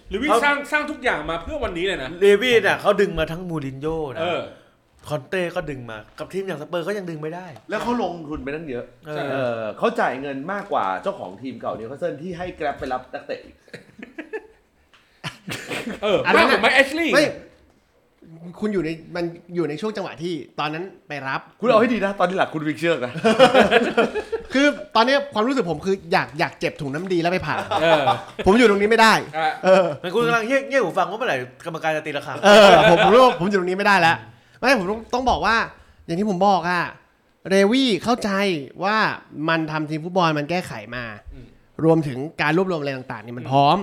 S1: หรือวิ่ง
S3: เขา
S1: สร้างสร้างทุกอย่างมาเพื่อวันนี้เลยนะ
S3: เลวี่เนี่ยเขาดึงมาทั้งมูรินโญ่นะ
S1: เออ
S3: คอนเต้ก็ดึงมา กับทีมอย่างสเปอร์ก็ยังดึงไม่ได้
S2: แล้วเขาลงทุนไปตั้งเยอะ
S3: เอ
S1: ใช่
S3: อ
S2: เออเขาจ่ายเงินมากกว่าเจ้าของทีมเก่านิวคาสเซิลที่ให้แกร็บไปรับนักเตะอีก
S1: เออ
S4: อันนั้
S1: มาก
S4: น
S1: กว่า
S4: น่ะ
S1: ไมค์แอชลีย์
S4: ไม่คุณอยู่ในมันอยู่ในช่วงจังหวะที่ตอนนั้นไปรับ
S2: คุณเอาให้ดีนะ ตอนที่หลักคุณวิกเชือกนะ
S4: คือตอนเนี้ยความรู้สึกผมคืออยากอยากเจ็บถุงน้ำดีแล้วไปผ่า
S1: เออ
S4: ผมอยู่ตรงนี้ไม่ได้
S1: อ่ะ
S4: เออ
S3: มันคุณกำลังเงี่ยเงี่ยหูฟังว่าเมื่อไหร่กรรมการจะตีระฆัง
S4: เออ ผมผมรู้ว่าผมอยู่ตรงนี้ไม่ได้แล้ว ไม่ผมต้องต้องบอกว่า อย่างที่ผมบอกอะเรวี่เข้าใจว่ามันทำทีมฟุตบอลมันแก้ไขมา รวมถึงการรวบรวมอะไรต่างๆเนี่ยมันพร้อม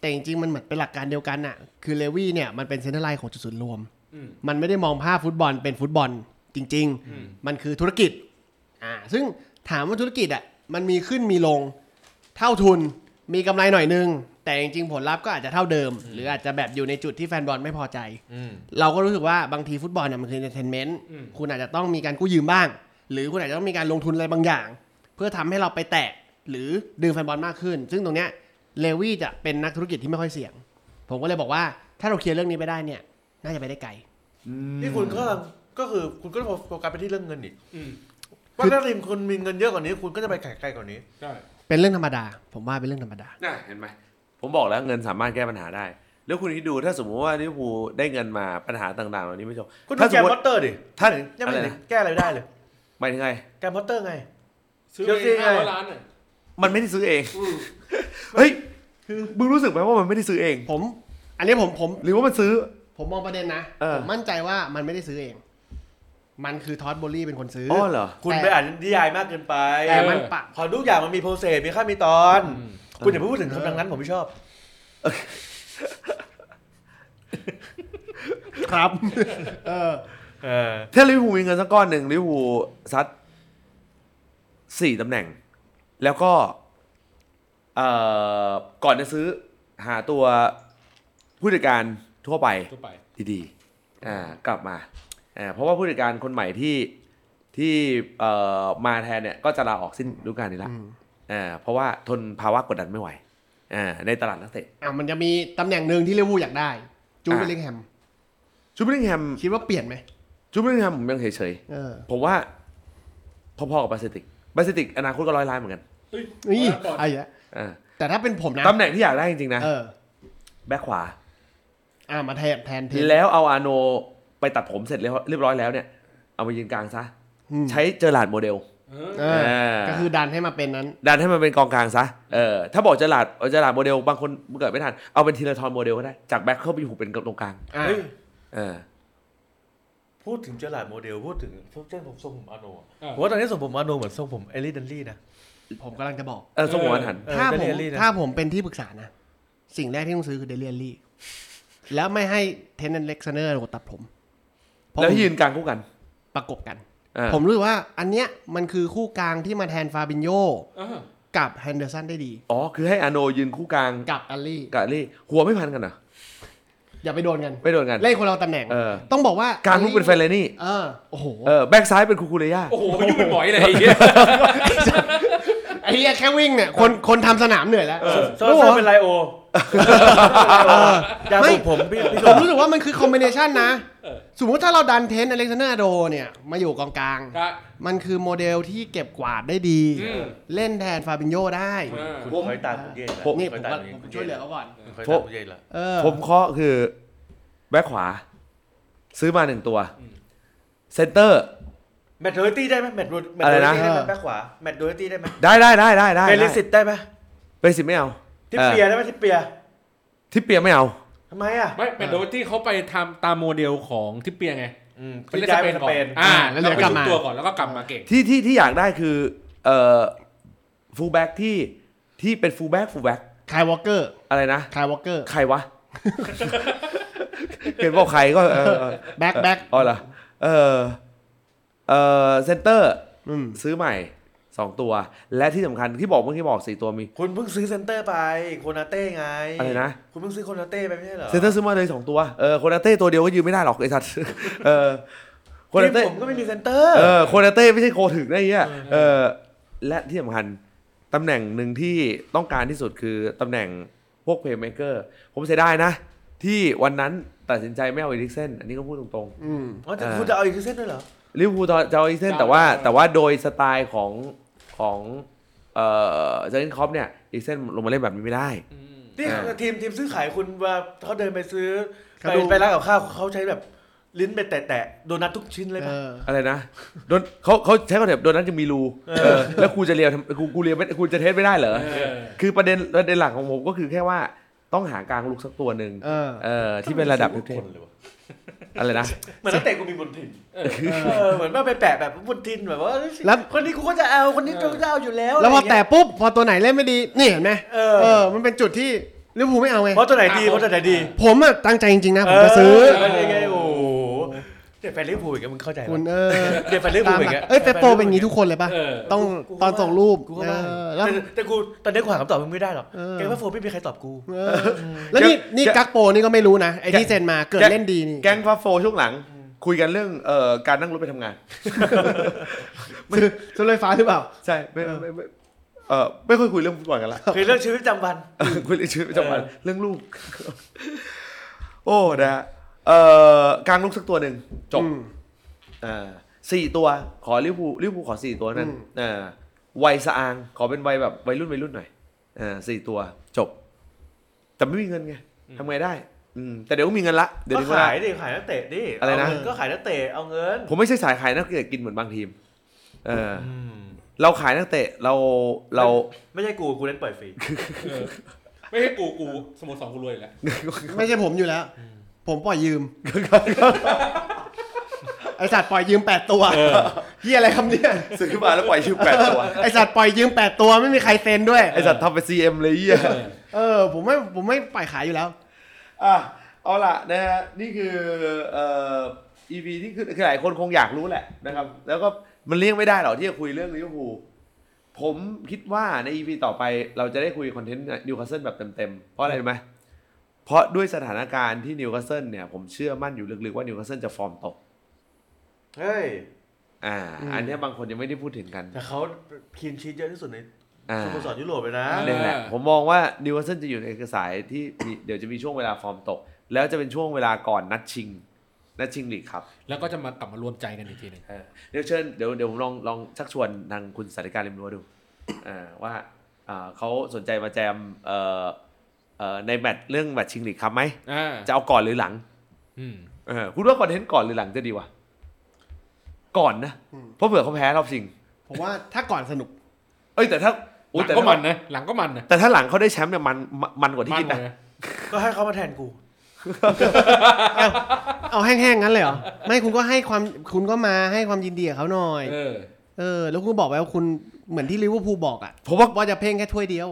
S4: แต่จริงๆ มันเหมือนเป็นหลักการเดียวกันน่ะ คือเลวี่เนี่ยมันเป็นเซ็นเตอร์ไลน์ของจุดศูนย์รวม
S1: อืม
S4: มันไม่ได้มองภาพฟุตบอลเป็นฟุตบอลจริง
S1: อืม
S4: ๆ มันคือธุรกิจ อ่า ซึ่งถามว่าธุรกิจอ่ะ มันมีขึ้นมีลง เท่าทุน มีกำไรหน่อยนึง แต่จริงๆ ผลลัพธ์ก็อาจจะเท่าเดิม หรืออาจจะแบบอยู่ในจุดที่แฟนบอลไม่พอใจ
S3: อืม
S4: เราก็รู้สึกว่าบางทีฟุตบอลเนี่ยมันคือ entertainment
S1: อืม
S4: คุณอาจจะต้องมีการกู้ยืมบ้าง หรือคุณอาจจะต้องมีการลงทุนอะไรบางอย่าง เพื่อทำให้เราไปแตะหรือดึงแฟนบอลมากขึ้น ซึ่งตรงเนี้ยเลวี่จะเป็นนักธุรกิจที่ไม่ค่อยเสี่ยง ผมก็เลยบอกว่าถ้าเราเคลียร์เรื่องนี้ไปได้เนี่ย น่าจะไปได้ไกล
S3: นี่คุณก็กำลังก็คือคุณก็โฟกัสไปที่เรื่องเงินอีก
S1: อืม
S3: ว่าถ้าทีมคุณมีเงินเยอะกว่านี้ คุณก็จะไปไกลๆกว่านี้
S1: ใช่
S4: เป็นเรื่องธรรมดา ผมว่าเป็นเรื่องธรรมดา
S2: น่ะเห็นไหมผมบอกแล้วเงินสามารถแก้ปัญหาได้ แล้วคุณคิดดูถ้าสมมติว่าลิเวอร์พูลได้เงินมาปัญหาต่างๆเหล่านี้ไม่จบ
S3: คุณดู
S2: ถ้าส
S3: แก
S2: ม
S3: ม
S2: ม
S3: ม
S2: ติ
S3: อตเตอร์ดิ
S2: ท่าน
S3: ยัง
S2: อะ
S3: ไม่
S2: ไร
S3: เห็น
S2: นะ
S3: แก้อะไรได้เลย
S2: หมายถึงไง
S3: แกมมอตเตอร์ไง
S1: ซื้อ
S3: เชลซีไง
S1: ห้าร้อยล้านน่ะ
S2: มันไม่ได้ซื้อเองเฮ้ยมึงรู้สึกไหมว่ามันไม่ได้ซื้อเอง
S4: ผม อันนี้ผมผม
S2: หรือว่ามันซื้อ
S4: ผมมองประเด็นนะ
S2: เออ
S4: ผมมั่นใจว่ามันไม่ได้ซื้อเอง มันคือทอดบอลลี่เป็นคนซื้อ
S2: อ๋
S4: อ
S2: อเหรอ
S3: คุณ
S4: แต่
S3: ไปอ่านนิยายมากเกินไป
S4: แต่มัน
S1: เออ
S4: ปะ
S3: ขอทุกอย่างมันมีโปรเซสมีขั้นมีตอน คุณอย่าไปพูดถึงคำดังนั้นผมไม่ชอบ
S4: ครับ เออ
S3: เออ
S2: ถ้าลิเวอร์พูลมีเงินสักก้อนหนึ่งลิเวอร์พูลซัดสี่ตำแหน่ง แล้วก็เอ่อก่อนจะซื้อหาตัวผู้จัดการทั่วไป
S1: ทั่วไป
S2: ดีๆอ่ากลับมาอ่าเพราะว่าผู้จัดการคนใหม่ที่ที่เอ่อมาแทนเนี่ยก็จะลาออกสิ้นฤดูกาลนี้ละอ่าเพราะว่าทนภาวะกดดันไม่ไหวอ่าในตลาดนักเตะ
S4: อ่ะมันจะมีตำแหน่งหนึ่งที่ลิเวอร์พูลอยากได้ จูด
S2: อ่ะ
S4: เบลลิงแฮม
S2: จูบลิงแฮม
S4: คิดว่าเปลี่ยนไหม
S2: จูบลิงแฮมผมยังเฉย
S4: เออ
S2: ๆผมว่าพอๆกับบาเซติกบาเซติกอนาคตก็ร้อยล้านเหมือนกัน
S1: เฮ้ย
S4: นี่
S1: ขอรับก่อน
S4: ไอ้เหี้ย
S2: อ่า
S4: แต่ถ้าเป็นผมนะ
S2: ตำแหน่งที่อยากได้จริงๆนะ
S4: เออ
S2: แบ็คขวา
S4: อ่ะมาแทนแทนเทน
S2: แล้วเอาอาโนไปตัดผมเสร็จเรียบเรียบร้อยแล้วเนี่ย เอามายืนกลางซะ
S4: อืม
S2: ใช้เจอหลาร์ดโมเดล
S1: เออ
S4: เออ ก็คือดันให้มาเป็นนั้น
S2: ดันให้มันเป็นกองกลางซะเออถ้าบอกเจอหลาร์ดเอาเจอหลาร์ดโมเดลบางคนเกิดไม่ทัน เอาเป็นทีละทอนโมเดลก็ได้ จากแบ็คเข้าไปอยู่เป็นตรงกลาง
S4: อ่ะ
S3: เฮ้ย
S2: เออ
S3: พูดถึงเจอหลาดโมเดล พูดถึงเส้นผมทรงผมอาโนอะ
S1: เออ
S3: ผมว่าตอนนี้ทรงผมอาโนเหมือนทรงผมเอลิดันลี่นะ
S4: ผมกำลังจะบอก
S2: เออสมมติว่าทัน
S3: เออ
S4: ถ้าผม
S3: Dele Alli นะ
S4: ถ้าผมเป็นที่ปรึกษานะ สิ่งแรกที่ต้องซื้อคือเดลียลี่ แล้วไม่ให้เทนนันเล็กซเนอร์ตัดผมเพราะ
S2: แล้ว
S4: ผม
S2: ยืนกลางคู่กัน
S4: ประกบกัน
S2: อ่า
S4: ผมรู้สึกว่าอันเนี้ยมันคือคู่กลางที่มาแทนฟาบินโย
S1: อ่า
S4: กับแฮนเดอร์สันได้ดี
S2: อ๋อ คือให้อาโนยืนคู่กลาง
S4: กับอัลลี่
S2: กับอาลี่หัวไม่พันกันเหรอ
S4: อย่าไปโดนกัน
S2: ไม่โดนกัน
S4: เล่นคนเราตำแหน่ง
S2: เออ
S4: ต้องบอกว่าก ก
S2: ลางลูกเป็นเฟรนเลนี่
S4: เออโอ้โห
S2: เออแบ็กซ้ายเป็นคูคูเรย่า
S1: โอ้โหไปยุ่งเป็นหมอยเลยไอ้เหี้ย
S4: ไอ้เหี้ยแค่วิ่งเนี่ยคนคนทำสนามเหนื่อยแล้ว
S1: เออ
S3: โซเซอร์เป็นไลโอ *laughs* อยา
S4: ไม่
S3: สูบผมพี่พี่
S4: ผ
S3: ส้
S4: ม
S3: ม
S4: รู้สึกว่ามันคือคอมบิเนชันนะ
S1: เออ
S4: สมมุติถ้าเราดันเทนต์อเล็กซานเดอร์โดเนี่ย มาอยู่กองกลาง
S1: ครับ
S4: มันคือโมเดลที่เก็บกวาดได้ดี
S1: อืม
S4: เล่นแทนฟาบินโยได้
S1: อ่า
S3: คุณเคยตามคุณเยศละ
S4: นี่
S3: เค
S4: ผ
S3: ย
S4: ม
S3: ตาม
S4: ว่า
S3: คุณ
S4: ผมช่วยเหลือเขาก่อน
S3: เคยตามคุณเยศละ
S4: เออ
S2: ผมเคาะคือ แบ็กขวา ซื้อมาหนึ่งตัว
S1: อืม
S2: เซนเตอร์
S3: แมตโดเรตี้ได้ไหมแมตโดแมต
S2: อะไร
S3: โดเร
S2: นะ
S3: ตี้ได้ไหม
S4: เออ
S3: แบ็คขวาแมตโดเรตี้ได้ไหม
S2: ได้ได้ได้ได้ได้
S3: เบลิสิตได้ไหม
S2: เบลิสิตไม่เอา
S3: ทิป
S2: เออ
S3: เปียร์ได้ไหมทิปเปียร์
S2: ทิปเปียไม่เอา
S3: ทำไมอ่ะ
S1: ไม่เป็นโดที่เขาไปทำตามโมเดลของทิปเปียไง
S3: อืม
S1: ไป
S3: คือ
S1: เล่นส
S3: ย้าย
S1: เป
S3: ไป
S1: น
S3: ส
S1: ก่อ
S3: เป
S1: น
S3: น
S1: อ่า
S4: แล้
S1: แล้ว ว
S4: เดี๋ยว
S1: ไป
S4: กลับ
S1: ชุบ
S4: มา
S1: ตัวก่อนแล้วก็กลับมาเก่ง
S2: ที่ที่ที่อยากได้คือเอ่อฟูลแบ็กที่ที่เป็นฟูลแบ็กฟูลแบ็ก
S4: คายวอลเกอร์
S2: อะไรนะ
S4: คายวอลเกอร์
S2: ใครวะ *laughs* เขียนบอกใครก็เออเออ
S4: แบ็คแบ็ค
S2: อ๋อเหรอเออเออเซนเตอร์
S4: อืม
S2: ซื้อใหม่สองตัว และที่สำคัญที่บอกเมื่อกี้บอกสี่ตัวมี
S3: คุณเพิ่งซื้อเซนเตอร์ไปโคนาเต้ไง
S2: อะไรนะ
S3: คุณเพิ่งซื้อโคนาเต้ไปไม่ใช่เหรอ
S2: เซนเตอร์ซื้อมาเลยสองตัวเออโคนาเต้ตัวเดียวก็ยืมไม่ได้หรอกไอ้สัตว์เออโคนาเต้
S3: ทีมผมก็ไม่มีเซนเตอร์
S2: เออโคนาเต้ไม่ใช่โคถึงได้เหี้ยเออและที่สำคัญตำแหน่งหนึ่งที่ต้องการที่สุดคือตำแหน่งพวกเพย์เมเกอร์ผมเสียดายนะ ที่วันนั้นตัดสินใจไม่เอาอีลิกเซนอันนี้ก็พูดตรงๆ
S4: อืม
S3: อ๋อแต่คุณจะเอาอีกเซนด้วยเหรอ
S2: ลิเวอร์พูลจะจะเอาอีกเส้นแต่ว่าแต่ว่าโดยสไตล์ของของเอ่อเจอร์นคอปเนี่ยอีกเส้นลงมาเล่นแบบนี้ไม่ได้
S3: นี่
S2: อ่า
S3: ทีมทีมซื้อขายคุณว่าเขาเดินไปซื้อ
S4: เขา
S3: ไป
S4: ดู
S3: ไปร้านกับข้าวเขาใช้แบบลิ้นไปแตะๆโดนัททุกชิ้นเลย
S4: เอ
S3: ปะ
S4: อ
S2: อะไรนะโดนเขาเขาใช้คอนเทปโดนนั้นจะมีรูเออแล้วครูจะเรียวทำครูครูเรียวไม่ครูจะเทสไม่ได้เหรอ คือประเด็นประเด็นหลักของผมก็คือแค่ว่าต้องหากลางลูกสักตัวหนึ่ง
S4: เออ
S2: เออที่เป็นระดับ
S3: ทุ
S2: ทุ
S3: ก
S2: ก
S3: ค
S2: คน น
S3: เลยวะ
S2: อะไรนะ
S3: เหมือนนักเตะกูมีบนถิ่น
S1: เออ
S3: เออเหมือนว่าไปแปะแบบบนถิ่นแบบว่าเอ้ย
S4: แล้ว
S3: คนนี้กูก็จะเอาคนนี้กูก็จะเอาอยู่แล้ว
S4: แล้วพอ
S3: อะไรอย่างเงี้ย
S4: แต่ปุ๊บ พอตัวไหนเล่นไม่ดี นี่เห็นไหม
S3: เออ
S4: เออ มันเป็นจุดที่ลิเวอร์พูลไม่เอาไง
S3: เพราะตัวไหนดี
S1: อ่ะ
S3: เพราะตัวไหนดี
S4: ผมอะตั้งใจจริงๆนะผมจะซื้อ
S3: เเป็นยังไงโอ้โหเดี๋ยวแฟนลิเวอร์พูลอีกแล้วมึงเข้าใจปะ
S4: คุณเออ
S3: เดี๋ยวไปเรื่องกู
S4: ตาม
S3: อี
S4: ห
S3: ก
S4: ลัก
S3: อะ
S4: เอ้ยเปปโปเป็นอย่างนี้ทุกคนเลยป่ะ
S1: เออ
S4: ต้อง
S3: กู
S4: ตอนส่งรูป
S3: กู
S4: เอ
S3: ว่า
S4: อแล้ว
S3: แต่แต่กูตอนนี้กูหาคำตอบมึงไม่ได้หรอก
S4: เออ
S3: แกว่าโฟไม่มีใครตอบกู
S4: เออแล้วนี่นี่กักโปนี่ก็ไม่รู้นะ ไอ้ที่
S2: แก
S4: เซ็นมาเกิดเล่นดีนี่
S2: แก๊งฟ้าโฟช่วงหลัง คุยกันเรื่องเอ่อการนั่งรถไปทำงาน
S4: ซื้อซื้อรถไฟฟ้าหรือเปล่า
S2: ใช่ไม่ไม่ไม่เออไม่ค่อยคุยเรื่องฟุตบอลกันละ
S3: คือเรื่องชีวิตประจำวัน
S2: เออ *laughs* คุยเรื่องชีวิตประจำวัน
S3: เออ
S2: เรื่องลูก *laughs* โอ้นะฮะเอ่อกลางลูกสักตัวหนึ่งจบ
S4: อืม
S2: อ่าสี่ตัวขอลิเวอร์พูลลิเวอร์พูลขอสี่ตัวนั่น
S4: อืม
S2: อ่าวัยสะอาง ขอเป็นวัยแบบวัยรุ่นวัยรุ่นหน่อยอ่าสี่ตัว จบ แต่ไม่มีเงินไงทำไงได้ อืมแต่เดี๋ยวก็มีเงินละเดี๋ยว
S3: ก็
S2: ถึงเวลา
S3: ขายดิขายนักเตะดิ
S2: อะไรนะ
S3: เาเงิก็ขายนักเตะเอาเงิน
S2: ผมไม่ใช่สายขายนักเตะกินเหมือนบางทีม เอออเราขายนักเตะเราเรา
S3: ไม่ใช่กูกูเล่นปล่อยฟรี
S1: เออไม่ให้กูกูสโมสรกูรวยแล้ว
S4: ไม่ใช่ผมอยู่แล้ว ผมปล่อยยืม ไอสัตว์ปล่อยยืมแปดตัวเฮียอะไรคำเนี้ย
S2: *laughs* ซื้อมาแล้วปล่อยชื่อแปดตัว
S4: ไอสัตว์ปล่อยยืมแปดตัวไม่มีใครเซ็นด้วย
S2: ไอสัตว์ทำเป็นซีเอ็มเลยเหี้ย
S4: เออ ผมไม่ผมไม่ปล่อยขายอยู่แล้ว
S2: อ่ะเอาล่ะนะฮะนี่คือเอ่อ EP ที่คือคือหลายคนคงอยากรู้แหละนะครับ แล้วก็มันเลี่ยงไม่ได้หรอกที่จะคุยเรื่องลิเวอร์พูลผมคิดว่าใน EP ต่อไปเราจะได้คุยคอนเทนต์นิวคาสเซิลแบบเต็มๆ เพราะอะไรรู้ไหมเพราะด้วยสถานการณ์ที่นิวคาสเซิลเนี่ย ผมเชื่อมั่นอยู่ลึกๆว่านิวคาสเซิลจะฟอร์มตก
S3: เฮ้ย
S2: อ่า
S4: อืม
S2: อันเนี้ยบางคนยังไม่ได้พูดถึงกัน
S3: แต่เขาคีนชีตเยอะที่สุดใน
S2: อ่า
S3: สโมสรยุโรปเลยนะ
S1: เออ
S2: นี่แหละผมมองว่านิวคาสเซิลจะอยู่ในสายที่มีเดี๋ยวจะมีช่วงเวลาฟอร์มตก แล้วจะเป็นช่วงเวลาก่อนนัดชิงนัดชิงลีกครับ
S1: แล้วก็จะมากลับมารวมใจกันอีกทีหนึ่ง
S2: เออเดี๋ยวเชิญเดี๋ยวเดี๋ยวผมลองลองชักชวนทางคุณสาริการริมรั้วดู *coughs* เออว่าเอ่อเขาสนใจมาแจมเอ่อเอ่อในแมตช์เรื่องแมตช์ชิงลีกครับไหม
S1: อ่า
S2: จะเอาก่อนหรือหลัง
S1: อืม
S2: เออคุณว่าคอนเทนต์ก่อนหรือหลังจะดีวะก่อนนะ
S4: อืม
S2: เพราะเผื่อเขาแพ้รอบชิง
S4: ผมว่าถ้าก่อนสนุก
S2: เอ้ยแต่ถ้า
S1: ห
S2: อุ๊ย
S1: ลัง
S2: แต่
S1: ก็
S2: ถ้า
S1: มันนะ หลังก็มันนะ
S2: แต่ถ้าหลังเขาได้แชมป์เนี่ยมันมันมันกว่าที่
S1: มัน
S2: คิด
S1: หมด
S2: นะ
S1: นะ
S3: ก็ให้เขามาแทนกู
S4: เอาเอาแห้งๆงั้นเลยเหรอ ไม่คุณก็ให้ความคุณก็มาให้ความยินดีกับเขาหน่อย
S1: เออ
S4: เออ แล้วคุณก็บอกไว้ว่าคุณเหมือนที่ลิเวอร์พูลบอกอะ
S2: ผมว่า
S4: ว่าจะเพ่งแค่ถ้วยเดียว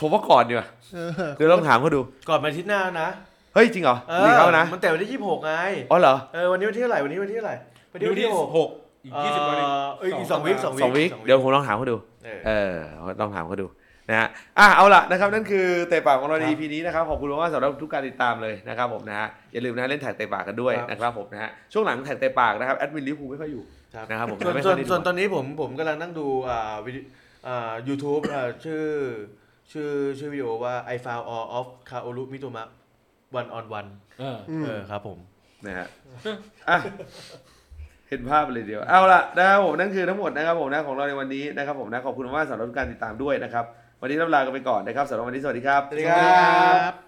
S2: ผมว่าก่อนดีกว่า
S4: เออ
S2: เดี๋ยวลองถามเขาดู
S3: ก่อนมาอาทิตย์หน้านะ
S2: เฮ้ยจริงเหรอ
S3: เอ
S2: ลีก
S3: อ
S2: เขานะ
S3: มันแต่วันที่ยี่สิบหกไง
S2: อ๋อเหรอ
S3: เออวันนี้วันที่เท่าไหร่วันนี้วันที่เท่าไหร่วันนี้
S1: ดู
S3: วัน
S1: ที่
S3: ที่หก
S1: หก อีก
S3: เอ่
S1: ยี่สิบวันเอง
S3: อเอ้ยอีกสองวิคสองวิค
S2: สองวิคเดี๋ยวผมลองถามเขาดู
S3: เออ
S2: เออลองถามเขาดูนะฮะอ่ะเอาล่ะนะครับนั่นคือเตะปากของเราใน
S3: ครับ
S2: EP นี้นะครับขอบคุณมากๆสำหรับทุกการติดตามเลยนะครับผมนะฮะอย่าลืมนะเล่นแท็กเตะปากกันด้วย
S3: ครับ
S2: นะครับผมนะฮะช่วงหลังแท็กเตะปากนะครับแอดมินลิฟคูไม่ค่อยอยู่
S3: ครับ
S2: นะครับผม
S3: ส่วน
S2: ไม่
S3: ส่
S2: ค่อ
S3: ว
S2: น ยได้ดู
S3: ส่วนตอนนี้ผมผมกำลังนั่งดูอ่าวิดีอ่า YouTube อ่าชื่อชื่อชื่อวิดีโอว่า I found all of Kaoru Mitoma one on one
S1: เออ
S4: อืม
S3: เออครับผม
S2: นะฮะอ่ะเห็นภาพเลยเดียวเอาล่ะนะครับผมนั่นคือทั้งหมดนะครับผมนะของเราในวันนี้นะครับผมนะขอบคุณมากๆสำหรับทุกการติดตามด้วยนะครับวันนี้ลำลากันไปก่อนนะครับสำหรับวันนี้สวัสดีครับ
S3: สวัสดีครับ